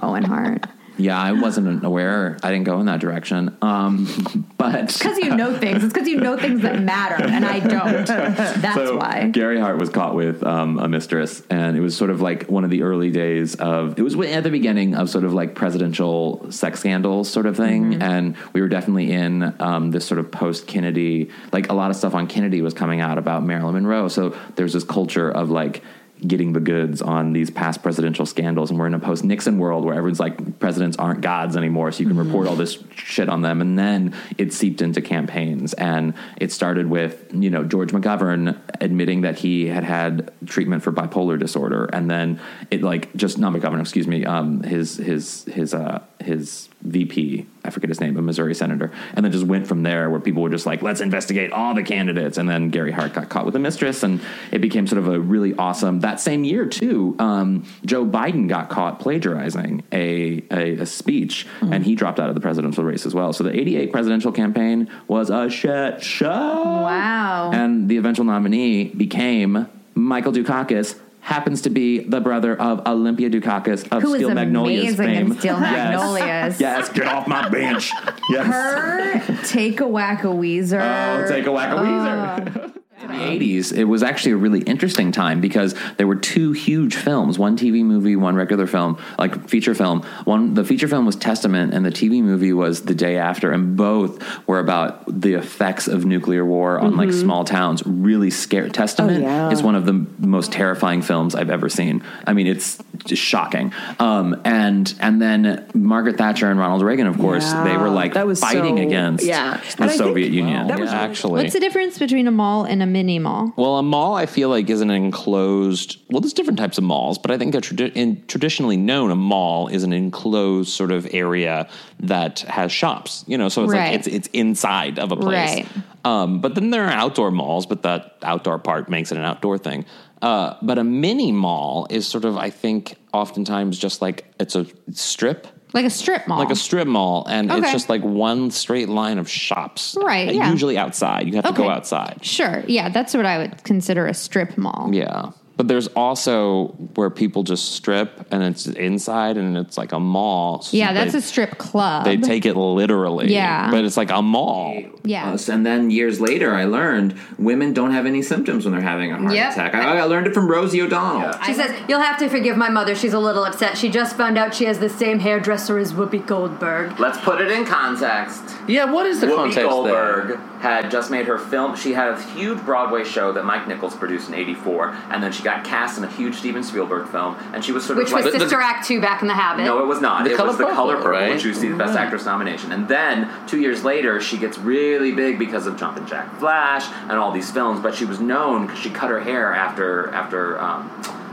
Speaker 4: Owen Hart.
Speaker 3: Yeah, I wasn't aware. I didn't go in that direction. Um, but
Speaker 4: Because you know things. It's because you know things that matter, and I don't. That's
Speaker 3: So,
Speaker 4: why.
Speaker 3: Gary Hart was caught with um, a mistress, and it was sort of like one of the early days of it was at the beginning of sort of like presidential sex scandals sort of thing, and we were definitely in um, this sort of post Kennedy, like a lot of stuff on Kennedy was coming out about Marilyn Monroe, so there's this culture of like.
Speaker 14: getting the goods on these past presidential scandals. And we're in a post Nixon world where everyone's like, presidents aren't gods anymore, so you can report all this shit on them. And then it seeped into campaigns. And it started with, you know, George McGovern admitting that he had had treatment for bipolar disorder. And then it, like, just not McGovern, excuse me, um, his, his, his, uh, his VP, I forget his name, a Missouri senator, and then just went from there where people were just like, let's investigate all the candidates. And then Gary Hart got caught with a mistress, and it became sort of a really awesome. That same year, too, um, Joe Biden got caught plagiarizing a, a, a speech, and he dropped out of the presidential race as well. So the 88 presidential campaign was a shit show. Wow. And the eventual nominee became Michael Dukakis. Happens to be the brother of Olympia Dukakis of
Speaker 20: Who is
Speaker 14: Steel Magnolias
Speaker 20: amazing in
Speaker 14: fame.
Speaker 20: Steel
Speaker 14: Yes.
Speaker 20: Magnolias.
Speaker 14: yes, get off my bench. Yes.
Speaker 20: Her take a whack a Weezer.
Speaker 14: Oh, take a whack a Weezer. In the 80s, it was actually a really interesting time because there were two huge films one TV movie, one regular film, like feature film. One, the feature film was Testament, and the TV movie was The Day After, and both were about the effects of nuclear war on like
Speaker 15: Mhm.
Speaker 2: Mm-hmm.
Speaker 14: small towns. Really scary.
Speaker 2: Oh,
Speaker 14: Testament
Speaker 15: yeah.
Speaker 14: is one of the most terrifying films I've ever seen. I mean, it's just shocking. Um, and and then Margaret Thatcher and Ronald Reagan, of course, they were
Speaker 2: Yeah.
Speaker 14: like
Speaker 2: That was
Speaker 14: fighting
Speaker 2: so-
Speaker 14: against
Speaker 2: yeah.
Speaker 14: the
Speaker 2: And I
Speaker 14: Soviet
Speaker 2: think-
Speaker 14: Union.
Speaker 2: that was Yeah.
Speaker 21: actually.
Speaker 2: What's the difference between a mall and a mini mall?
Speaker 21: Well, a mall I feel like is an enclosed. Well, there's different types of malls, but I think a tradi- in, traditionally known a mall is an enclosed sort of area that has shops. You know, so it's
Speaker 2: Right.
Speaker 21: like it's it's inside of a place.
Speaker 2: Right.
Speaker 21: Um, but then there are outdoor malls, but that outdoor part makes it an outdoor thing. Uh, but a mini mall is sort of, I think, oftentimes just like it's a strip.
Speaker 2: Like a strip mall.
Speaker 21: Like a strip mall, and
Speaker 2: Oh. Okay.
Speaker 21: it's just like one straight line of shops. uh,
Speaker 2: Right, yeah.
Speaker 21: Usually outside. You have to go
Speaker 2: Okay.
Speaker 21: outside.
Speaker 2: Sure. Yeah, that's what I would consider a strip mall.
Speaker 21: Yeah. But there's also where people just strip and it's inside and it's like a mall. So
Speaker 2: Yeah, that's
Speaker 21: they,
Speaker 2: a strip club.
Speaker 21: They take it literally.
Speaker 2: Yeah.
Speaker 21: But it's like a mall.
Speaker 2: Yeah.
Speaker 22: us. And then years later, I learned women don't have any symptoms when they're having a heart
Speaker 4: Yep.
Speaker 22: attack. I, I learned it from Rosie O'Donnell.
Speaker 4: She says, You'll have to forgive my mother. She's a little upset. She just found out she has the same hairdresser as Whoopi Goldberg.
Speaker 15: Let's put it in context.
Speaker 1: Yeah, what is the
Speaker 15: Whoopi
Speaker 1: context there?
Speaker 15: Goldberg had just made her film. She had a huge Broadway show that Mike Nichols produced in '84, and then she got cast in a huge Steven Spielberg film, and she was sort
Speaker 4: Which
Speaker 15: of like
Speaker 4: was Sister Act 2 back in the habit.
Speaker 15: No, it was not.
Speaker 1: The
Speaker 15: it
Speaker 1: Color
Speaker 15: was the
Speaker 1: Purple,
Speaker 15: color purple,
Speaker 1: right?
Speaker 15: which received the Best
Speaker 1: Right.
Speaker 15: Actress nomination. And then two years later, she gets really big because of Jumpin' Jack Flash and all these films. But she was known because she cut her hair after after um,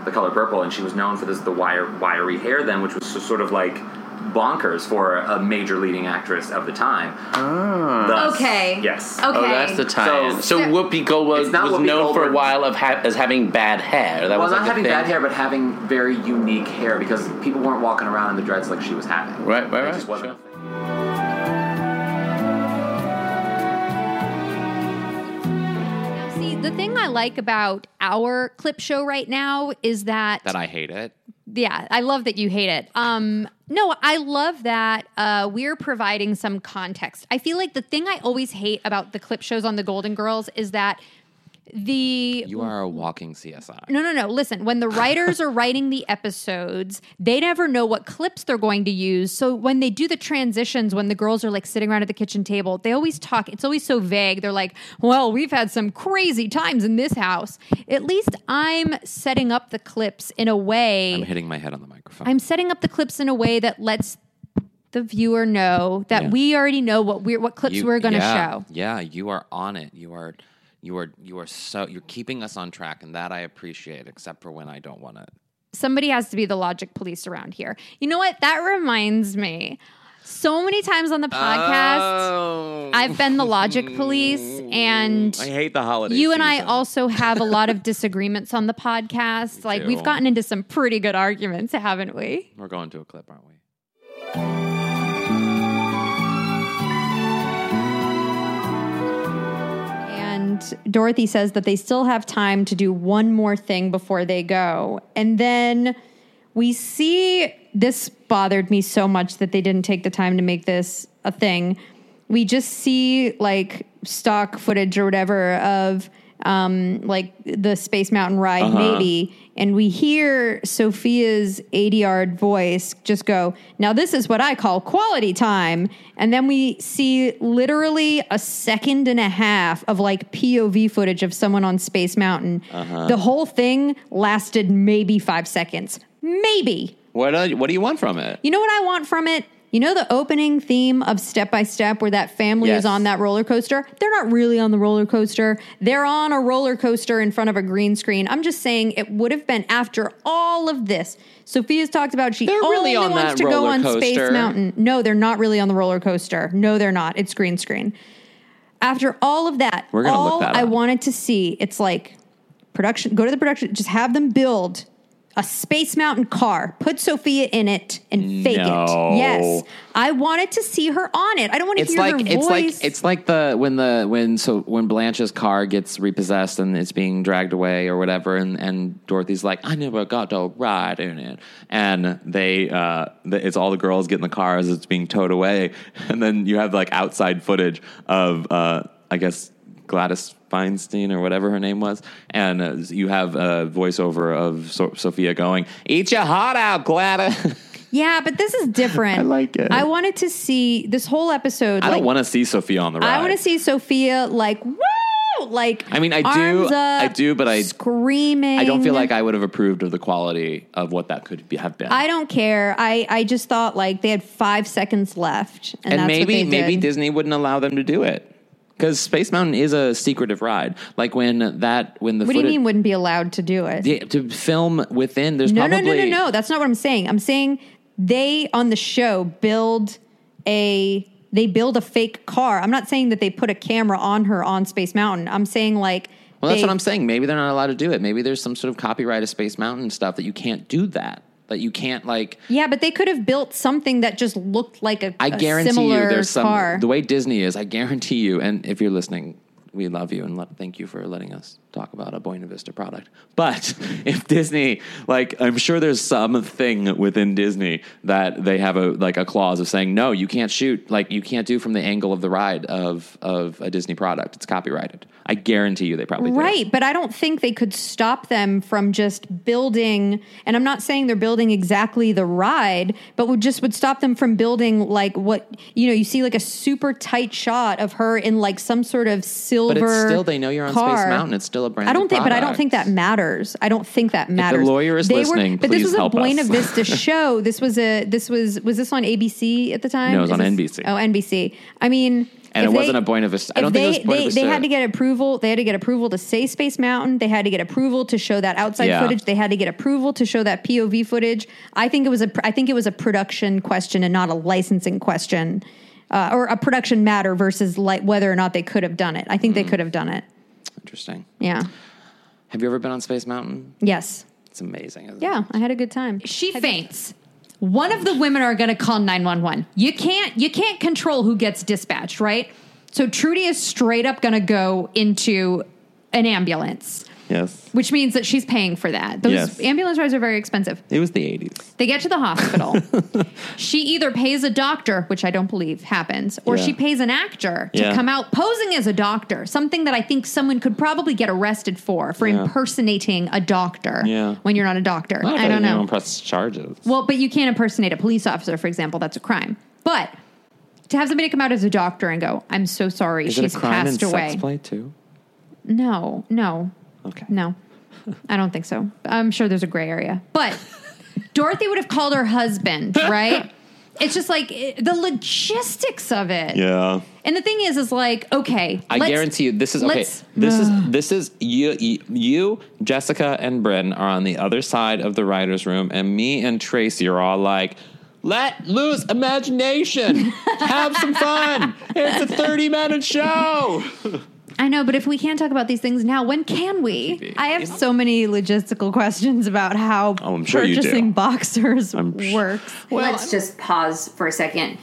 Speaker 15: the color purple, and she was known for this the wire, wiry hair then, which was so- sort of like bonkers for a major leading actress of the time. Thus-
Speaker 4: Okay.
Speaker 15: Yes.
Speaker 4: Okay.
Speaker 1: Oh, that's the tie-in. So, Whoopi Goldberg
Speaker 15: It's not
Speaker 1: was
Speaker 15: Whoopi
Speaker 1: known for a
Speaker 15: Goldberg.
Speaker 1: while of ha- as having bad hair. That
Speaker 15: well,
Speaker 1: was like
Speaker 15: not
Speaker 1: a
Speaker 15: having
Speaker 1: thing.
Speaker 15: bad hair, but having very unique hair because people weren't walking around in the dreads like she was having.
Speaker 1: Right, right,
Speaker 15: It
Speaker 1: right.
Speaker 15: just wasn't a thing.
Speaker 2: See, the thing I like about our clip show right now is that
Speaker 21: That I hate it.
Speaker 2: yeah, I love that you hate it. Um, no, I love that uh, we're providing some context. I feel like the thing I always hate about the clip shows on the Golden Girls is that the
Speaker 21: You are a walking CSI.
Speaker 2: no, no, no. Listen, when the writers are writing the episodes, they never know what clips they're going to use. So when they do the transitions, when the girls are like sitting around at the kitchen table, they always talk. It's always so vague. They're like, well, we've had some crazy times in this house. At least I'm setting up the clips in a way.
Speaker 21: I'm hitting my head on the microphone.
Speaker 2: I'm setting up the clips in a way that lets the viewer know that
Speaker 21: Yeah.
Speaker 2: we already know what we're what clips
Speaker 21: You-
Speaker 2: we're going to
Speaker 21: yeah,
Speaker 2: show.
Speaker 21: Yeah, you are on it. You are you are you are so you're keeping us on track and that I appreciate except for when I don't want it.
Speaker 2: Somebody has to be the logic police around here. You know what? That reminds me. So many times on the podcast,
Speaker 21: Oh.
Speaker 14: Oh.
Speaker 2: I've been the logic police, and
Speaker 21: I hate the holiday
Speaker 2: you and I
Speaker 21: season.
Speaker 2: also have a lot of disagreements on the podcast. like
Speaker 21: too.
Speaker 2: we've gotten into some pretty good arguments, haven't we?
Speaker 21: We're going to a clip, aren't we?
Speaker 2: And Dorothy says that they still have time to do one more thing before they go. And then we see this bothered me so much that they didn't take the time to make this a thing. We just see like stock footage or whatever of um, like the Space Mountain ride,
Speaker 20: Uh-huh.
Speaker 2: maybe. and we hear Sophia's 80 yard voice just go, Now, this is what I call quality time. And then we see literally a second and a half of like POV footage of someone on Space Mountain.
Speaker 14: Uh-huh.
Speaker 2: The whole thing lasted maybe five seconds. Maybe.
Speaker 14: What do, what do you want from it?
Speaker 2: You know what I want from it? You know the opening theme of Step by Step where that family
Speaker 14: Yes.
Speaker 2: is on that roller coaster? They're not really on the roller coaster. They're on a roller coaster in front of a green screen. I'm just saying it would have been after all of this. Sophia's talked about she
Speaker 14: They're
Speaker 2: only
Speaker 14: really on
Speaker 2: wants
Speaker 14: that
Speaker 2: to go
Speaker 14: roller
Speaker 2: on Space
Speaker 14: coaster.
Speaker 2: Mountain. No, they're not really on the roller coaster. No, they're not. It's green screen. After all of that,
Speaker 17: We're gonna look
Speaker 2: all
Speaker 17: that
Speaker 2: I
Speaker 17: up.
Speaker 2: wanted to see, it's like production go to the production just have them build a space mountain car put sophia in it and fake
Speaker 14: No.
Speaker 2: it yes i wanted to see her on it i don't want to
Speaker 14: It's
Speaker 2: hear
Speaker 14: like
Speaker 2: her
Speaker 14: it's
Speaker 2: voice
Speaker 14: like it's like the when the when so when Blanche's car gets repossessed and it's being dragged away or whatever, and and Dorothy's like, I never got to ride in it,
Speaker 17: and they uh th- it's all the girls get in the car as it's being towed away and then you have like outside footage of uh i guess gladys feinstein or whatever her name was and uh, you have a voiceover of so- sophia going eat your heart out gladys
Speaker 2: yeah but this is different i like
Speaker 17: it.
Speaker 2: i wanted to see this whole episode
Speaker 17: i
Speaker 2: like,
Speaker 17: don't want to see sophia on the ride
Speaker 2: i want to see sophia like woo like
Speaker 14: I mean, I do-
Speaker 2: arms up,
Speaker 14: I do, but I-
Speaker 2: screaming
Speaker 14: I don't feel like I would have approved of the quality of what that could be, have been.
Speaker 2: I don't care. I, I just thought like they had five seconds left, and,
Speaker 14: and
Speaker 2: that's what
Speaker 14: maybe
Speaker 2: they
Speaker 14: maybe
Speaker 2: did.
Speaker 14: Disney wouldn't allow them to do it because Space Mountain is a secretive ride. Like when that when the
Speaker 2: what do you
Speaker 14: footage-
Speaker 2: mean wouldn't be allowed to do it?
Speaker 14: the- to film within there's
Speaker 2: no,
Speaker 14: probably
Speaker 2: no, no, no, no. That's not what I'm saying. I'm saying they on the show build a they build a fake car. I'm not saying that they put a camera on her on Space Mountain. I'm saying like
Speaker 14: Well, that's
Speaker 2: they-
Speaker 14: what I'm saying. Maybe they're not allowed to do it. Maybe there's some sort of copyright of Space Mountain stuff that you can't do that. That you can't like.
Speaker 2: Yeah, but they could have built something that just looked like a
Speaker 14: I
Speaker 2: a
Speaker 14: guarantee you,
Speaker 2: similar
Speaker 14: there's some
Speaker 2: car.
Speaker 14: the way Disney is. I guarantee you, and if you're listening, we love you and let, thank you for letting us talk about a Buena Vista product.
Speaker 17: But if Disney, like, I'm sure there's something within Disney that they have a like a clause of saying, no, you can't shoot, like, you can't do from the angle of the ride of of a Disney product. It's copyrighted. I guarantee you, they probably do.
Speaker 2: Right, but I don't think they could stop them from just building. And I'm not saying they're building exactly the ride, but would just would stop them from building like what you know. You see like a super tight shot of her in like some sort of silver.
Speaker 14: But it's still they know you're on Space
Speaker 2: car.
Speaker 14: Mountain. It's still a brand.
Speaker 2: I don't think, but I don't
Speaker 14: product.
Speaker 2: think that matters. I don't think that matters.
Speaker 14: lawyer is listening,
Speaker 2: but this
Speaker 14: please
Speaker 2: was
Speaker 14: help
Speaker 2: a Buena
Speaker 14: us.
Speaker 2: Vista show. This was a this was was this on ABC at the time?
Speaker 14: No, it was
Speaker 2: Is
Speaker 14: on
Speaker 2: this-
Speaker 14: NBC.
Speaker 2: Oh, NBC. I mean,
Speaker 14: And
Speaker 2: if
Speaker 14: it
Speaker 2: they-
Speaker 14: wasn't a Buena Vista. I
Speaker 2: if
Speaker 14: don't
Speaker 2: they,
Speaker 14: think it was Buena
Speaker 2: they,
Speaker 14: Vista.
Speaker 2: They had to get approval. They had to get approval to say Space Mountain. They had to get approval to show that outside
Speaker 14: Yeah.
Speaker 2: footage. They had to get approval to show that POV footage. I think it was a pr- I think it was a production question and not a licensing question, uh, or a production matter versus like whether or not they could have done it. I think they could have done it.
Speaker 14: Interesting.
Speaker 2: Yeah.
Speaker 14: Have you ever been on Space Mountain?
Speaker 2: Yes.
Speaker 14: It's amazing. Isn't
Speaker 2: Yeah, I had a good time.
Speaker 4: She faints. One of the women are going to call 911.
Speaker 2: You can't you can't control who gets dispatched, right? So Trudy is straight up going to go into an ambulance,
Speaker 17: Yes,
Speaker 2: which means that she's paying for that. Those
Speaker 17: Yes.
Speaker 2: ambulance rides are very expensive.
Speaker 17: it was the '80s.
Speaker 2: They get to the hospital. she either pays a doctor, which I don't believe happens, or
Speaker 4: Yeah.
Speaker 2: she pays an actor to
Speaker 4: Yeah.
Speaker 2: come out posing as a doctor, something that I think someone could probably get arrested for for
Speaker 14: Yeah.
Speaker 2: impersonating a doctor
Speaker 14: Yeah.
Speaker 2: when you're not a doctor.
Speaker 14: Not
Speaker 2: I don't
Speaker 14: that
Speaker 2: know.
Speaker 14: anyone pressed charges.
Speaker 2: Well, but you can't impersonate a police officer, for example. That's a crime. But to have somebody come out as a doctor and go, "I'm so sorry,
Speaker 14: Is
Speaker 2: she's
Speaker 14: it a crime
Speaker 2: passed
Speaker 14: in
Speaker 2: away."
Speaker 14: sex play too?
Speaker 2: No, no, okay, no. I don't think so. I'm sure there's a gray area, but Dorothy would have called her husband, right? it's just like it, the logistics of it.
Speaker 17: Yeah.
Speaker 2: And the thing is, is like, okay,
Speaker 14: I
Speaker 2: let's-
Speaker 14: guarantee you, this is okay.
Speaker 2: let's- uh,
Speaker 14: This is this is you, you. You, Jessica, and Bryn are on the other side of the writers' room, and me and Tracy are all like, "Let loose imagination, have some fun. It's a thirty-minute show."
Speaker 2: I know, but if we can't talk about these things now, when can we? I have so many logistical questions about how
Speaker 17: Oh, I'm sure you do.
Speaker 2: purchasing boxers
Speaker 17: sh-
Speaker 2: works.
Speaker 8: Let's just pause for a second.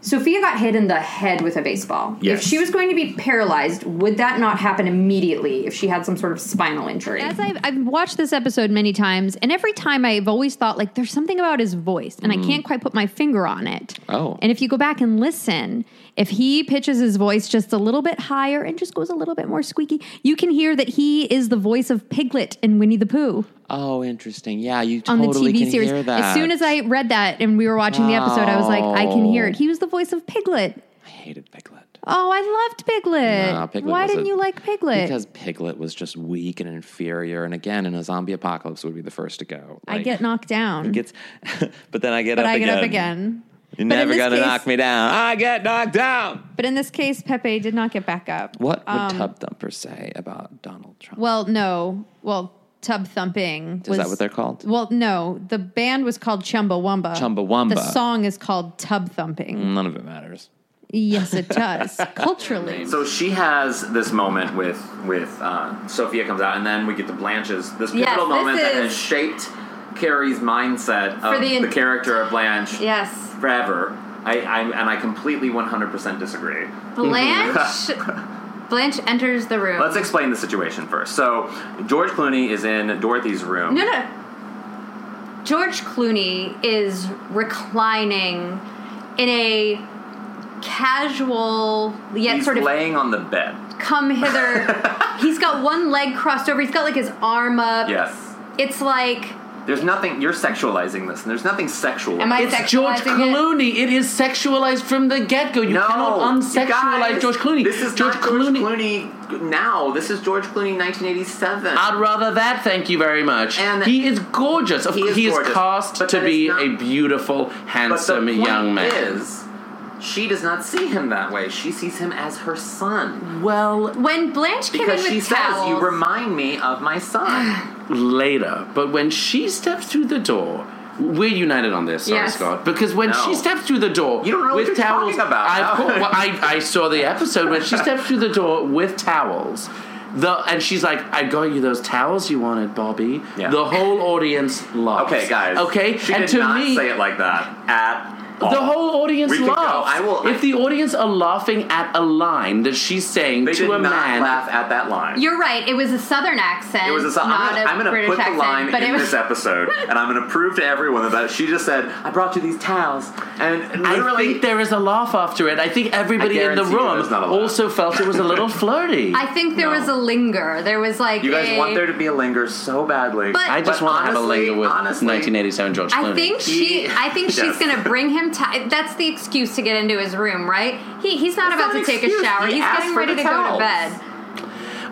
Speaker 8: Sophia got hit in the head with a baseball.
Speaker 2: Yes.
Speaker 8: If she was going to be paralyzed, would that not happen immediately if she had some sort of spinal injury?
Speaker 2: As I've, I've watched this episode many times, and every time I've always thought, like, there's something about his voice, and I
Speaker 8: Mm.
Speaker 2: can't quite put my finger on it.
Speaker 14: Oh,
Speaker 2: And if you go back and listen, If he pitches his voice just a little bit higher and just goes a little bit more squeaky, you can hear that he is the voice of Piglet in Winnie the Pooh
Speaker 14: Oh, interesting. Yeah, you
Speaker 2: on
Speaker 14: totally
Speaker 2: the TV
Speaker 14: can
Speaker 2: series.
Speaker 14: hear that.
Speaker 2: As soon as I read that and we were watching the episode, I was like, I can hear it. He was the voice of Piglet.
Speaker 14: I hated Piglet.
Speaker 2: Oh, I loved Piglet.
Speaker 14: Nah, Piglet
Speaker 2: Uh, Why
Speaker 14: was
Speaker 2: didn't
Speaker 14: a-
Speaker 2: you like Piglet?
Speaker 14: Because Piglet was just weak and inferior, and again, in a zombie apocalypse, would be the first to go.
Speaker 2: I
Speaker 14: Like,
Speaker 2: get knocked down,
Speaker 14: he gets, but then I get
Speaker 2: but
Speaker 14: up
Speaker 2: I
Speaker 14: again.
Speaker 2: get up again.
Speaker 14: You're
Speaker 2: But in
Speaker 14: never
Speaker 2: this
Speaker 14: gonna
Speaker 2: case-
Speaker 14: knock me down. I get knocked down.
Speaker 2: But in this case, Pepe did not get back up.
Speaker 14: What would
Speaker 2: Um,
Speaker 14: Tub Thumper say about Donald Trump?
Speaker 2: Well, no. Well, tub thumping.
Speaker 14: Is that what they're called?
Speaker 2: Well, no. The band was called Chumbawamba.
Speaker 14: Chumbawamba. Mm.
Speaker 2: The song is called Tub Thumping.
Speaker 14: None of it matters.
Speaker 2: Yes, it does. Culturally.
Speaker 9: So she has this moment with with uh, Sophia comes out, and then we get to Blanche's this
Speaker 8: Yes,
Speaker 9: pivotal
Speaker 8: this
Speaker 9: moment that
Speaker 8: is-
Speaker 9: has shaped Carrie's mindset
Speaker 8: For
Speaker 9: of
Speaker 8: the
Speaker 9: the,
Speaker 8: en-
Speaker 9: character of Blanche
Speaker 8: Yes.
Speaker 9: forever. I, I and I completely one hundred percent disagree.
Speaker 8: Blanche. Blanche enters the room.
Speaker 9: Let's explain the situation first. So George Clooney is in Dorothy's room.
Speaker 8: No, no. George Clooney is reclining in a casual yet
Speaker 9: He's
Speaker 8: sort of
Speaker 9: laying on the bed.
Speaker 8: come hither. he's got one leg crossed over. He's got like his arm up.
Speaker 9: Yes.
Speaker 8: It's like
Speaker 9: There's nothing. You're sexualizing this, and there's nothing sexual.
Speaker 8: Am I
Speaker 9: about it.
Speaker 8: sexualizing George it?
Speaker 23: Clooney, it is sexualized from the get go. You
Speaker 9: No,
Speaker 23: cannot
Speaker 9: you
Speaker 23: unsexualize
Speaker 9: guys,
Speaker 23: George Clooney.
Speaker 9: This is
Speaker 23: George
Speaker 9: not George Clooney. now. This is George Clooney, 1987.
Speaker 3: Ah.
Speaker 23: I'd rather that, thank you very much.
Speaker 9: And-
Speaker 23: he is gorgeous. Of-
Speaker 9: He is gorgeous,
Speaker 23: cast
Speaker 9: but
Speaker 23: to
Speaker 9: that is
Speaker 23: be
Speaker 9: not-
Speaker 23: a beautiful, handsome
Speaker 9: but the point
Speaker 23: young man.
Speaker 9: Is she does not see him that way. She sees him as her son.
Speaker 23: Well,
Speaker 8: when Blanche came
Speaker 9: because
Speaker 8: in with
Speaker 9: she says,
Speaker 8: towels,
Speaker 9: "You remind me of my son."
Speaker 23: later. But when she steps through the door, we're united on this, sorry,
Speaker 9: Yes.
Speaker 23: Scott. Because when
Speaker 9: No.
Speaker 23: she steps through the door, you don't know with
Speaker 9: what you're
Speaker 23: towels,
Speaker 9: talking about.
Speaker 23: I, of course- well, I, I saw the episode when she steps through the door with towels. The, and she's like, I got you those towels you wanted, Bobby. The whole audience laughs.
Speaker 9: Okay, guys.
Speaker 23: Okay,
Speaker 9: She
Speaker 23: and
Speaker 9: did
Speaker 23: to
Speaker 9: not
Speaker 23: me,
Speaker 9: say it like that at all.
Speaker 23: the whole audience
Speaker 9: We could go-
Speaker 23: laughs.
Speaker 9: I will.
Speaker 23: if the audience are laughing at a line that she's saying
Speaker 9: They
Speaker 23: to
Speaker 9: did
Speaker 23: a
Speaker 9: not
Speaker 23: man,
Speaker 9: laugh at that line.
Speaker 8: you're right. It was a Southern accent.
Speaker 9: It was a song.
Speaker 8: Not
Speaker 9: I'm
Speaker 8: a
Speaker 9: going to
Speaker 8: British
Speaker 9: put the
Speaker 8: accent,
Speaker 9: line
Speaker 8: but it
Speaker 9: in
Speaker 8: was
Speaker 9: this episode, and I'm going to prove to everyone that she just said, "I brought you these towels," and
Speaker 23: I
Speaker 9: literally,
Speaker 23: think there is a laugh after it. I think everybody in the
Speaker 9: guarantee you
Speaker 23: room
Speaker 9: there's not a laugh.
Speaker 23: also felt it was a little flirty.
Speaker 8: I think there was a linger. There was like
Speaker 23: You guys
Speaker 8: a-
Speaker 23: want there
Speaker 9: to be a linger so badly.
Speaker 8: But-
Speaker 23: I just
Speaker 8: But
Speaker 23: want to have a
Speaker 8: honestly-
Speaker 23: linger with
Speaker 8: honestly,
Speaker 23: 1987 George Clooney.
Speaker 8: I think she. I think
Speaker 23: He
Speaker 8: she's
Speaker 23: does.
Speaker 8: going to bring him. Ti- that's the excuse to get into his room, right? He he's not
Speaker 23: That's
Speaker 8: about
Speaker 23: not an
Speaker 8: to take
Speaker 23: excuse.
Speaker 8: a shower.
Speaker 23: He
Speaker 8: he's
Speaker 23: asked
Speaker 8: getting
Speaker 23: for
Speaker 8: ready
Speaker 23: the
Speaker 8: to go to
Speaker 23: towels.
Speaker 8: bed.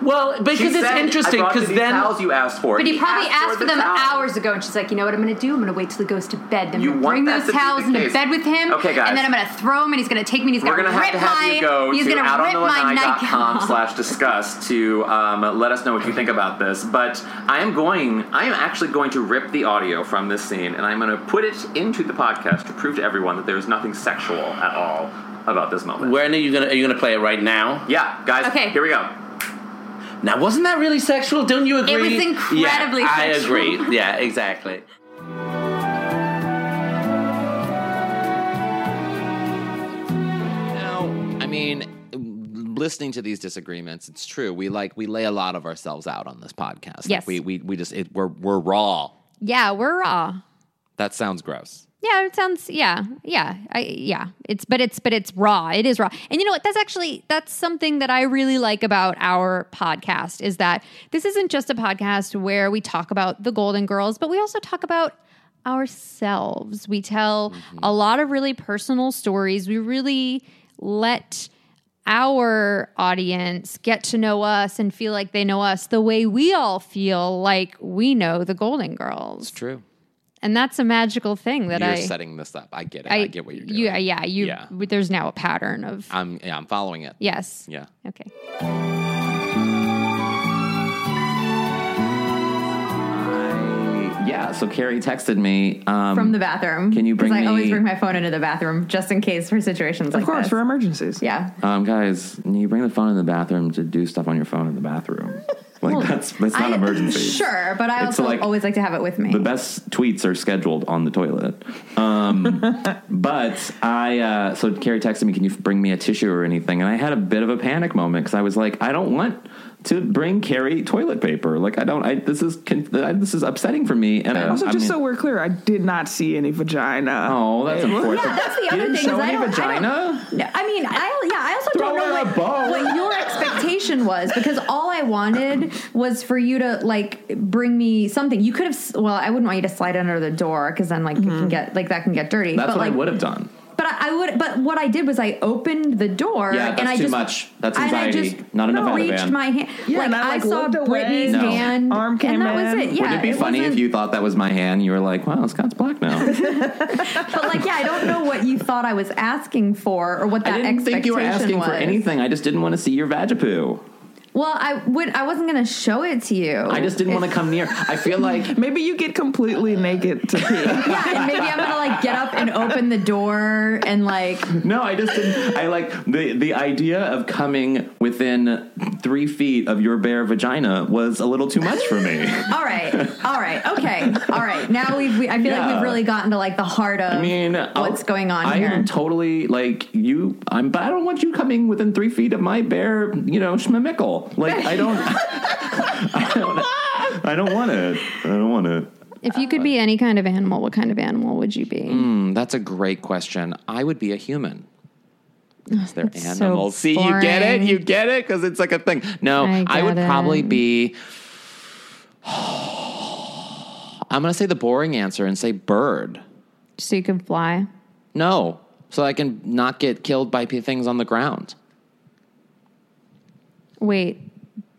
Speaker 23: Well, because
Speaker 9: She
Speaker 23: it's
Speaker 9: said,
Speaker 23: interesting
Speaker 9: "I brought you
Speaker 23: because
Speaker 9: these
Speaker 23: then
Speaker 9: towels you asked for.
Speaker 8: But he probably asked, for them
Speaker 9: towels.
Speaker 8: hours ago, and she's like, you know what I'm going to do? I'm going to wait till he goes to bed. Then
Speaker 9: You
Speaker 8: I'm going
Speaker 9: want
Speaker 8: to bring
Speaker 9: that
Speaker 8: those
Speaker 9: to be the
Speaker 8: towels into
Speaker 9: case.
Speaker 8: bed with him,
Speaker 9: Okay, guys.
Speaker 8: and then I'm going to throw him, and he's going to take me, and he's
Speaker 9: We're
Speaker 8: going to
Speaker 9: have
Speaker 8: rip
Speaker 9: to have
Speaker 8: my,
Speaker 9: you go
Speaker 8: he's
Speaker 9: to
Speaker 8: going to rip my
Speaker 9: outontheline.com
Speaker 8: nightgown.
Speaker 9: slash discuss to um, let us know what you think about this. But I am going, I am actually going to rip the audio from this scene and I'm going to put it into the podcast to prove to everyone that there is nothing sexual at all about this moment.
Speaker 23: When are you gonna are you gonna play it right now?
Speaker 9: Yeah, guys.
Speaker 8: Okay.
Speaker 9: Here we go.
Speaker 23: Now, wasn't that really sexual? Don't you agree?
Speaker 8: was incredibly
Speaker 23: yeah,
Speaker 8: sexual.
Speaker 23: I agree. Yeah, exactly.
Speaker 14: Now, I mean, listening to these disagreements, it's true. We like we lay a lot of ourselves out on this podcast. Like,
Speaker 2: Yes.
Speaker 14: we we we just it, we're we're raw.
Speaker 2: Yeah, we're raw.
Speaker 14: That sounds gross.
Speaker 2: Yeah, it sounds yeah, yeah, I, yeah. It's but it's but it's raw. It is raw, and you know what? That's actually that's something that I really like about our podcast is that this isn't just a podcast where we talk about the Golden Girls, but we also talk about ourselves. We tell a lot of really personal stories. We really let our audience get to know us and feel like they know us the way we all feel like we know the Golden Girls.
Speaker 14: It's true.
Speaker 2: And that's a magical thing that
Speaker 14: you're
Speaker 2: I
Speaker 14: setting this up. I get it. I, get what you're doing.
Speaker 2: Yeah, yeah. You.
Speaker 14: Yeah.
Speaker 2: w- There's now a pattern of.
Speaker 14: I'm yeah, I'm following it.
Speaker 2: Yes.
Speaker 14: Yeah.
Speaker 2: Okay.
Speaker 3: Yeah, so Carrie texted me um,
Speaker 4: from the bathroom.
Speaker 3: Can you bring
Speaker 4: Because I always
Speaker 3: me-
Speaker 4: bring my phone into the bathroom just in case for situations like
Speaker 3: Of course,
Speaker 4: this.
Speaker 3: for
Speaker 4: emergencies. Yeah.
Speaker 3: Um, guys, you bring the phone in the bathroom to do stuff on your phone in the bathroom. Like
Speaker 4: Well,
Speaker 3: that's that's not
Speaker 4: I-
Speaker 3: emergency.
Speaker 4: Sure, but I
Speaker 3: It's
Speaker 4: also
Speaker 3: like-
Speaker 4: always like to have it with me.
Speaker 3: The best tweets are scheduled on the toilet. Um, but I, uh, so Carrie texted me, can you bring me a tissue or anything? And I had a bit of a panic moment because I was like, I don't want to bring Carrie toilet paper. Like, I don't, I, this is, con- I, this is upsetting for me. And I-
Speaker 24: also,
Speaker 3: I
Speaker 24: just
Speaker 3: mean-
Speaker 24: so we're clear, I did not see any vagina.
Speaker 3: Oh, that's unfortunate.
Speaker 4: Yeah, that's the other thing. is I don't, I don't, yeah, I mean, I yeah, I also don't know what, what your expectation was because all I wanted was for you to like bring me something. You could have. s- Well, I wouldn't want you to slide under the door because then like it can get like that can get dirty.
Speaker 3: Mm-hmm. that's
Speaker 4: but
Speaker 3: what
Speaker 4: like,
Speaker 3: I would have done.
Speaker 4: But I, I would. But what I did was I opened the door.
Speaker 3: Yeah, that's
Speaker 4: and I
Speaker 3: too
Speaker 4: just,
Speaker 3: much. That's
Speaker 4: and
Speaker 3: anxiety.
Speaker 4: I just
Speaker 3: Not enough
Speaker 4: no,
Speaker 3: Ativan.
Speaker 4: reached my hand.
Speaker 24: Yeah,
Speaker 4: like,
Speaker 24: and I, like,
Speaker 4: saw
Speaker 24: looked away.
Speaker 4: Brittany's
Speaker 3: No.
Speaker 4: hand.
Speaker 24: Arm came
Speaker 4: and that was
Speaker 24: in.
Speaker 4: it. Yeah,
Speaker 3: Would it be funny if
Speaker 4: wasn't-
Speaker 3: you thought that was my hand? You were like, wow, Scott's black now.
Speaker 4: but like, yeah, I don't know what you thought I was asking for or what that
Speaker 3: I didn't
Speaker 4: expectation
Speaker 3: think you were asking
Speaker 4: was.
Speaker 3: for anything. I just didn't want to see your vagapoo.
Speaker 4: Well, I would. I wasn't going to show it to you.
Speaker 3: I just didn't
Speaker 4: If-
Speaker 3: want to come near. I feel like
Speaker 24: Maybe you get completely naked to pee.
Speaker 4: Yeah, and maybe I'm gonna like get up and open the door and like.
Speaker 3: No, I just didn't. I like the the idea of coming within three feet of your bare vagina was a little too much for me.
Speaker 4: All right, all right, okay, all right. Now we've. We, I feel like
Speaker 3: Yeah.
Speaker 4: we've really gotten to like the heart of
Speaker 3: I mean,
Speaker 4: what's going on
Speaker 3: I
Speaker 4: here.
Speaker 3: am totally like you. I'm, but I don't want you coming within three feet of my bare, you know, schmamickle. Like I don't, I don't want it. I don't want it.
Speaker 2: If you could be any kind of animal, what kind of animal would you be?
Speaker 14: Uh, Hmm, that's a great question. I would be a human.
Speaker 2: They're
Speaker 14: So animals. See, you get it? You get it? Because it's like a thing. No, I,
Speaker 2: I
Speaker 14: would
Speaker 2: get
Speaker 14: probably
Speaker 2: it.
Speaker 14: be. I'm going to say the boring answer and say bird.
Speaker 2: So you can fly.
Speaker 14: No, so I can not get killed by p- things on the ground.
Speaker 2: Wait,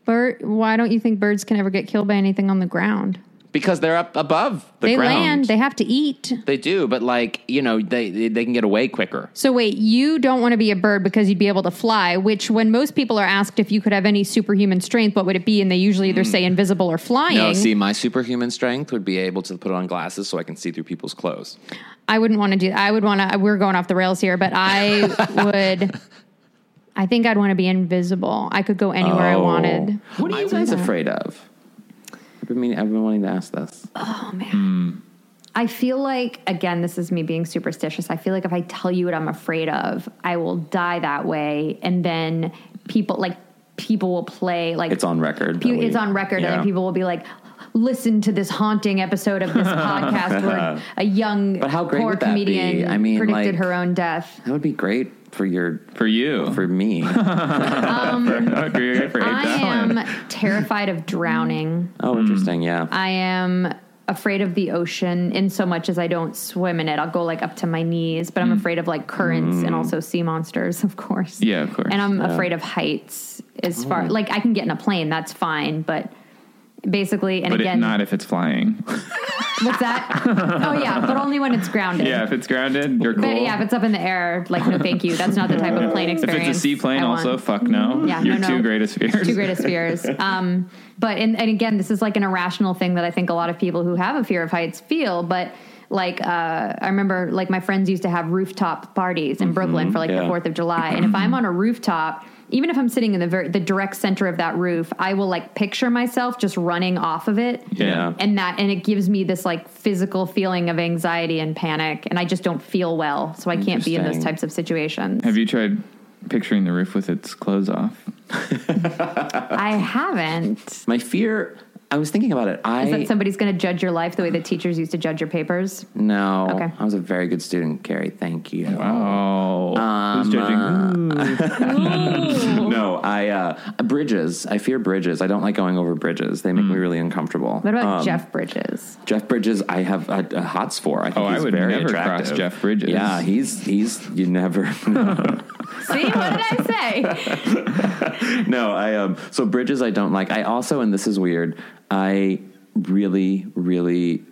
Speaker 2: bird. Why don't you think birds can ever get killed by anything on the ground?
Speaker 14: Because they're up above the
Speaker 2: they
Speaker 14: ground.
Speaker 2: land. They have to eat.
Speaker 14: They do, but like, you know, they, they they can get away quicker.
Speaker 2: So wait, you don't want to be a bird because you'd be able to fly. Which, when most people are asked if you could have any superhuman strength, what would it be? And they usually either say invisible or flying.
Speaker 14: Hmm. No, see, my superhuman strength would be able to put on glasses so I can see through people's clothes.
Speaker 2: I wouldn't want to do. I would want to. We're going off the rails here, but I would. I think I'd want to be invisible. I could go anywhere I
Speaker 3: Oh.
Speaker 2: wanted.
Speaker 3: What are you guys afraid of? I've been meaning, I've been wanting to ask this.
Speaker 4: Oh man. I feel like again, this is me being superstitious. I feel like if I tell you what I'm afraid of, I will die that way, and then people like people will play like
Speaker 3: It's on record.
Speaker 4: Pe-
Speaker 3: that
Speaker 4: it's
Speaker 3: we-
Speaker 4: on record, and
Speaker 3: Yeah.
Speaker 4: then people will be like, "Listen to this haunting episode of this podcast where a young
Speaker 3: But how great
Speaker 4: poor
Speaker 3: would that be?
Speaker 4: comedian
Speaker 3: I mean,
Speaker 4: predicted
Speaker 3: like-
Speaker 4: her own death."
Speaker 3: That would be great for your for you for me. for, your- for your
Speaker 4: I
Speaker 3: talent.
Speaker 4: am terrified of drowning.
Speaker 3: Oh, interesting. Yeah.
Speaker 4: I am afraid of the ocean in so much as I don't swim in it. I'll go like up to my knees, but I'm afraid of like currents and
Speaker 3: Mm.
Speaker 4: also sea monsters, of course.
Speaker 3: Yeah, of course.
Speaker 4: And I'm
Speaker 3: Yeah.
Speaker 4: afraid of heights as far
Speaker 13: Oh.
Speaker 4: like I can get in a plane, that's fine, but basically and
Speaker 13: but
Speaker 4: again
Speaker 13: it, not if it's flying.
Speaker 4: what's that? oh yeah, but only when it's grounded.
Speaker 13: Yeah, if it's grounded, you're cool.
Speaker 4: But yeah, if it's up in the air, like no thank you. That's not the type of plane experience.
Speaker 13: If it's a seaplane,
Speaker 4: I want. Mm-hmm.
Speaker 13: also fuck no.
Speaker 4: Yeah,
Speaker 13: your
Speaker 4: no, no.
Speaker 13: two greatest fears.
Speaker 4: Two greatest fears. Um, but and, and again, this is like an irrational thing that I think a lot of people who have a fear of heights feel. But like uh, I remember, like my friends used to have rooftop parties in
Speaker 14: Mm-hmm.
Speaker 13: Mm-hmm.
Speaker 4: Brooklyn for like the
Speaker 2: yeah.
Speaker 4: Fourth of July, and if I'm on a rooftop. Even if I'm sitting in the ver- the direct center of that roof, I will like picture myself just running off of it,
Speaker 3: Yeah.
Speaker 4: and that and it gives me this like physical feeling of anxiety and panic, and I just don't feel well, so I can't be in those
Speaker 13: Interesting.
Speaker 4: types of situations.
Speaker 13: Have you tried picturing the roof with its clothes off?
Speaker 4: I haven't.
Speaker 3: My fear. I was thinking about it. I
Speaker 4: Is that somebody's going to judge your life the way that teachers used to judge your papers?
Speaker 3: No.
Speaker 4: Okay.
Speaker 3: I was a very good student, Carrie. Thank you.
Speaker 13: Wow.
Speaker 3: Um,
Speaker 13: Who's judging
Speaker 3: uh, no, I uh, bridges. I fear bridges. I don't like going over bridges. They make
Speaker 13: Hmm.
Speaker 3: me really uncomfortable.
Speaker 4: What about
Speaker 3: Um,
Speaker 4: Jeff Bridges?
Speaker 3: Jeff Bridges, I have a, a hots for. I think
Speaker 13: Oh, I
Speaker 3: he's
Speaker 13: would
Speaker 3: very
Speaker 13: never
Speaker 3: attractive.
Speaker 13: cross Jeff Bridges.
Speaker 3: Yeah, he's he's you never.
Speaker 4: See, what did I say?
Speaker 3: no, I um so bridges I don't like. I also and this is weird. I really really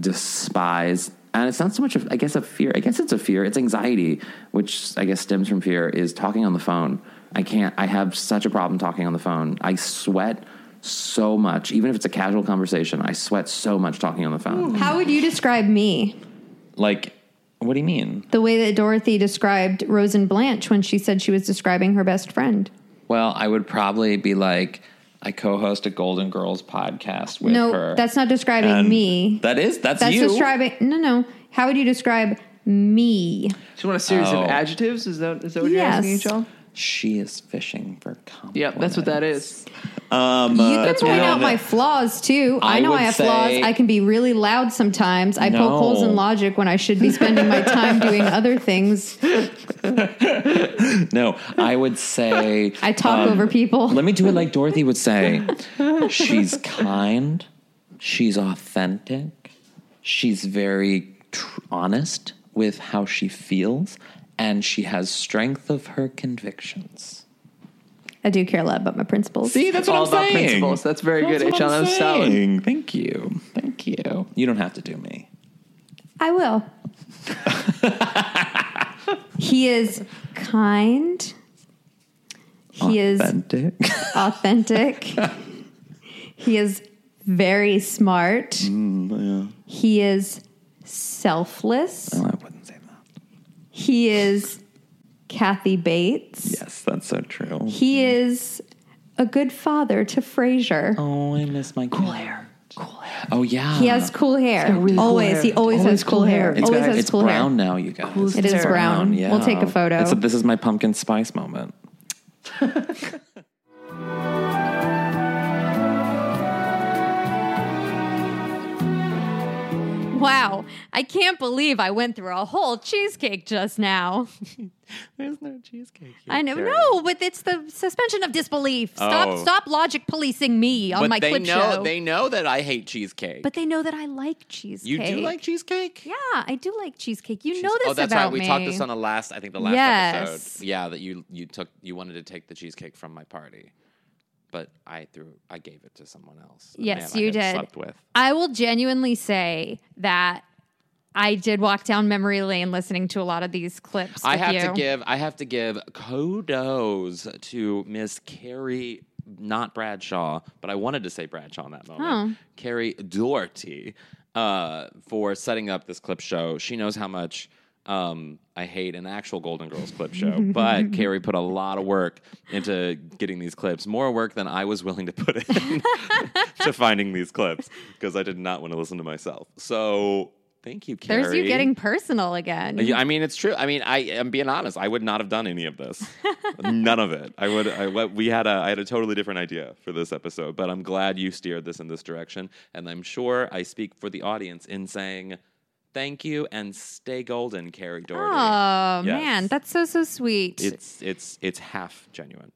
Speaker 3: despise and it's not so much of I guess a fear. I guess it's a fear. It's anxiety, which I guess stems from fear is talking on the phone. I can't I have such a problem talking on the phone. I sweat so much even if it's a casual conversation. I sweat so much talking on the phone.
Speaker 2: How would you describe me?
Speaker 3: Like what do you mean?
Speaker 2: The way that Dorothy described Rose and Blanche when she said she was describing her best friend.
Speaker 14: Well, I would probably be like, I co-host a Golden Girls podcast with
Speaker 2: no,
Speaker 14: her.
Speaker 2: that's not describing
Speaker 14: And
Speaker 2: me.
Speaker 14: That is that's,
Speaker 2: that's
Speaker 14: you.
Speaker 2: describing. No, no. How would you describe me?
Speaker 24: Do you want a series
Speaker 14: Oh.
Speaker 24: of adjectives? Is that is that what
Speaker 2: Yes.
Speaker 24: you're asking, Joel?
Speaker 14: She is fishing for compliments.
Speaker 24: Yep, that's what that is.
Speaker 14: Um,
Speaker 2: you can point out my flaws too. I,
Speaker 14: I
Speaker 2: know
Speaker 14: would
Speaker 2: I have flaws.
Speaker 14: say-
Speaker 2: I can be really loud sometimes. I poke
Speaker 14: No.
Speaker 2: holes in logic when I should be spending my time doing other things.
Speaker 14: no, I would say
Speaker 2: I talk over people.
Speaker 14: Um, Let me do it like Dorothy would say. She's kind. She's authentic. She's very tr- honest with how she feels, and she has strength of her convictions.
Speaker 2: I do care a lot about my principles.
Speaker 14: See, that's what
Speaker 24: All
Speaker 14: I'm
Speaker 24: about
Speaker 14: saying.
Speaker 24: principles. That's very good,
Speaker 14: what
Speaker 24: HL.
Speaker 14: I'm
Speaker 24: That was solid.
Speaker 14: saying. Thank you. Thank you. You don't have to do me.
Speaker 2: I will. he is kind. He
Speaker 14: Authentic.
Speaker 2: is authentic. he is very smart.
Speaker 14: Mm,
Speaker 2: He is selfless.
Speaker 14: No, I wouldn't say that.
Speaker 2: He is Kathy Bates.
Speaker 14: Yes, that's so true.
Speaker 2: He is a good father to Frasier.
Speaker 14: Mm-hmm. Oh, I miss my cool hair. Cool hair. Oh yeah.
Speaker 2: He has cool hair. always. He always, has cool hair.
Speaker 14: It's,
Speaker 2: always
Speaker 14: got-
Speaker 2: has
Speaker 14: it's
Speaker 2: cool
Speaker 14: brown
Speaker 2: hair.
Speaker 14: now, you guys.
Speaker 2: Cool It is hair. brown. We'll take a photo.
Speaker 14: It's this is my pumpkin spice moment.
Speaker 2: Wow. I can't believe I went through a whole cheesecake just now.
Speaker 14: There's no cheesecake.
Speaker 2: I know. No, but it's the suspension of disbelief. Stop
Speaker 14: Oh.
Speaker 2: stop logic policing me on
Speaker 14: but
Speaker 2: my
Speaker 14: they
Speaker 2: clip
Speaker 14: know
Speaker 2: show.
Speaker 14: they know that I hate cheesecake.
Speaker 2: but they know that I like cheesecake.
Speaker 14: you do like cheesecake?
Speaker 2: Yeah, I do like cheesecake. You know this
Speaker 14: oh, that's
Speaker 2: about
Speaker 14: right. We
Speaker 2: me.
Speaker 14: talked this on the last, I think the last
Speaker 2: Yes.
Speaker 14: episode. Yeah, that you you took you wanted to take the cheesecake from my party, but I threw I gave it to someone else. A
Speaker 2: Yes,
Speaker 14: man
Speaker 2: you
Speaker 14: I had
Speaker 2: did.
Speaker 14: Slept with.
Speaker 2: I will genuinely say that I did walk down memory lane listening to a lot of these clips.
Speaker 14: I
Speaker 2: with
Speaker 14: have
Speaker 2: you.
Speaker 14: to give I have to give kudos to Miss Carrie not Bradshaw, but I wanted to say Bradshaw in that moment.
Speaker 2: Oh.
Speaker 14: Carrie Doherty uh, for setting up this clip show. She knows how much um, I hate an actual Golden Girls clip show, but Carrie put a lot of work into getting these clips, more work than I was willing to put in to finding these clips because I did not want to listen to myself. So thank you, Carrie.
Speaker 2: There's you getting personal again.
Speaker 14: Uh, Yeah, I mean, it's true. I mean, I am being honest. I would not have done any of this. None of it. I would. I, what- we had a. I had a totally different idea for this episode, but I'm glad you steered this in this direction, and I'm sure I speak for the audience in saying thank you and stay golden, Carrie
Speaker 2: oh
Speaker 14: Doherty. Yes.
Speaker 2: man, that's so so sweet.
Speaker 14: it's it's it's half genuine.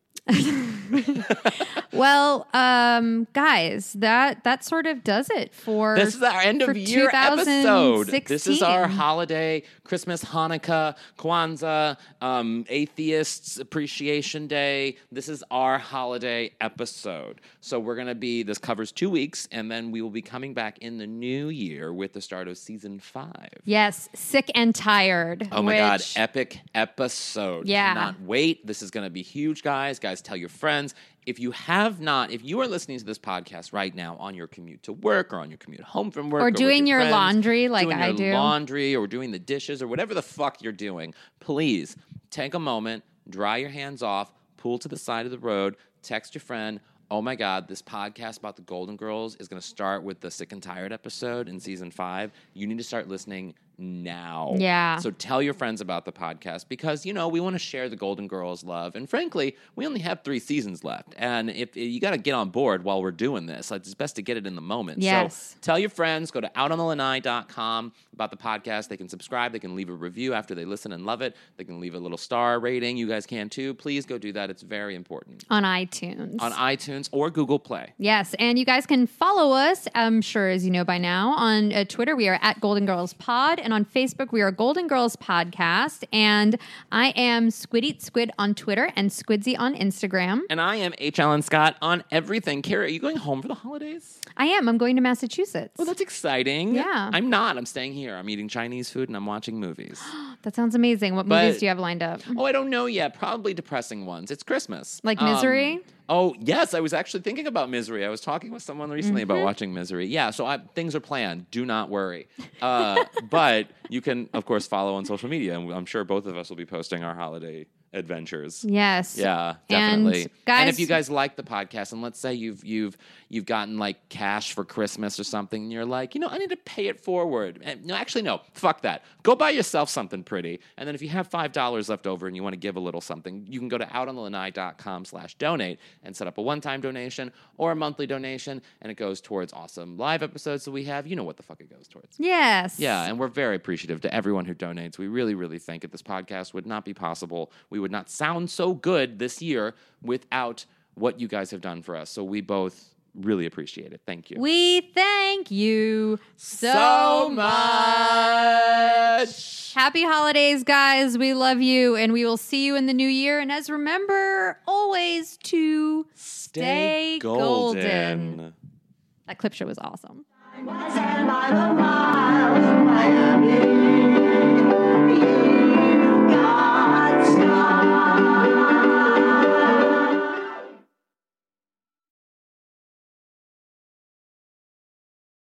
Speaker 2: well, um, guys, that that sort of does it for
Speaker 14: This is our end
Speaker 2: for
Speaker 14: of year episode.
Speaker 2: 2016.
Speaker 14: This is our holiday, Christmas, Hanukkah, Kwanzaa, um, Atheists Appreciation Day. This is our holiday episode. So we're going to be, this covers two weeks, and then we will be coming back in the new year with the start of season five.
Speaker 2: yes, sick and tired.
Speaker 14: Oh my
Speaker 2: which-
Speaker 14: God, epic episode.
Speaker 2: Yeah.
Speaker 14: Cannot wait. This is going to be huge, guys. Guys, tell your friends. If you have not, if you are listening to this podcast right now on your commute to work or on your commute home from work
Speaker 2: Or
Speaker 14: with
Speaker 2: doing your
Speaker 14: friends,
Speaker 2: laundry like
Speaker 14: doing
Speaker 2: I
Speaker 14: your
Speaker 2: do.
Speaker 14: laundry or doing the dishes or whatever the fuck you're doing, please take a moment, dry your hands off, pull to the side of the road, text your friend. Oh my God, this podcast about the Golden Girls is going to start with the Sick and Tired episode in season five. You need to start listening now.
Speaker 2: Yeah.
Speaker 14: So tell your friends about the podcast because, you know, we want to share the Golden Girls love. And frankly, we only have three seasons left. And if you got to get on board while we're doing this, Like, it's best to get it in the moment.
Speaker 2: Yes.
Speaker 14: So tell your friends, go to outonthelanai.com about the podcast. They can subscribe, they can leave a review after they listen and love it. They can leave a little star rating. You guys can too. Please go do that. It's very important.
Speaker 2: on iTunes.
Speaker 14: On iTunes or Google Play.
Speaker 2: Yes, and you guys can follow us, I'm sure as you know by now, on uh, Twitter. We are at Golden Girls Pod, and on Facebook, we are Golden Girls Podcast. And I am Squid Eat Squid on Twitter and Squidzy on Instagram.
Speaker 14: And I am H. Allen Scott on everything. Carrie, are you going home for the holidays?
Speaker 2: I am. I'm going to Massachusetts.
Speaker 14: Well, Oh, that's exciting.
Speaker 2: Yeah.
Speaker 14: I'm not. I'm staying here. I'm eating Chinese food and I'm watching movies.
Speaker 2: That sounds amazing. What
Speaker 14: But-
Speaker 2: movies do you have lined up?
Speaker 14: oh, I don't know yet. Probably depressing ones. It's Christmas.
Speaker 2: Like
Speaker 14: Um,
Speaker 2: Misery?
Speaker 14: oh, yes. I was actually thinking about Misery. I was talking with someone recently
Speaker 2: Mhm.
Speaker 14: about watching Misery. Yeah. So I, things are planned. Do not worry. Uh, but you can, of course, follow on social media. And I'm sure both of us will be posting our holiday adventures.
Speaker 2: Yes.
Speaker 14: Yeah,
Speaker 2: And
Speaker 14: definitely. And,
Speaker 2: guys-
Speaker 14: if you guys like the podcast and let's say you've you've you've gotten like cash for Christmas or something and you're like, "You know, I need to pay it forward." And no, actually no. Fuck that. Go buy yourself something pretty. And then if you have $5 left over and you want to give a little something, you can go to outonthelanai.com slash donate and set up a one-time donation or a monthly donation and it goes towards awesome live episodes that we have. You know what the fuck it goes towards.
Speaker 2: Yes.
Speaker 14: Yeah, and we're very appreciative to everyone who donates. We really, really think that this podcast would not be possible. We would not sound so good this year without what you guys have done for us. So we both really appreciate it. Thank you.
Speaker 2: We thank you so,
Speaker 14: So
Speaker 2: much. Happy holidays, guys. We love you, and we will see you in the new year. And as remember, always to stay, golden. That clip show was awesome.
Speaker 1: Miami.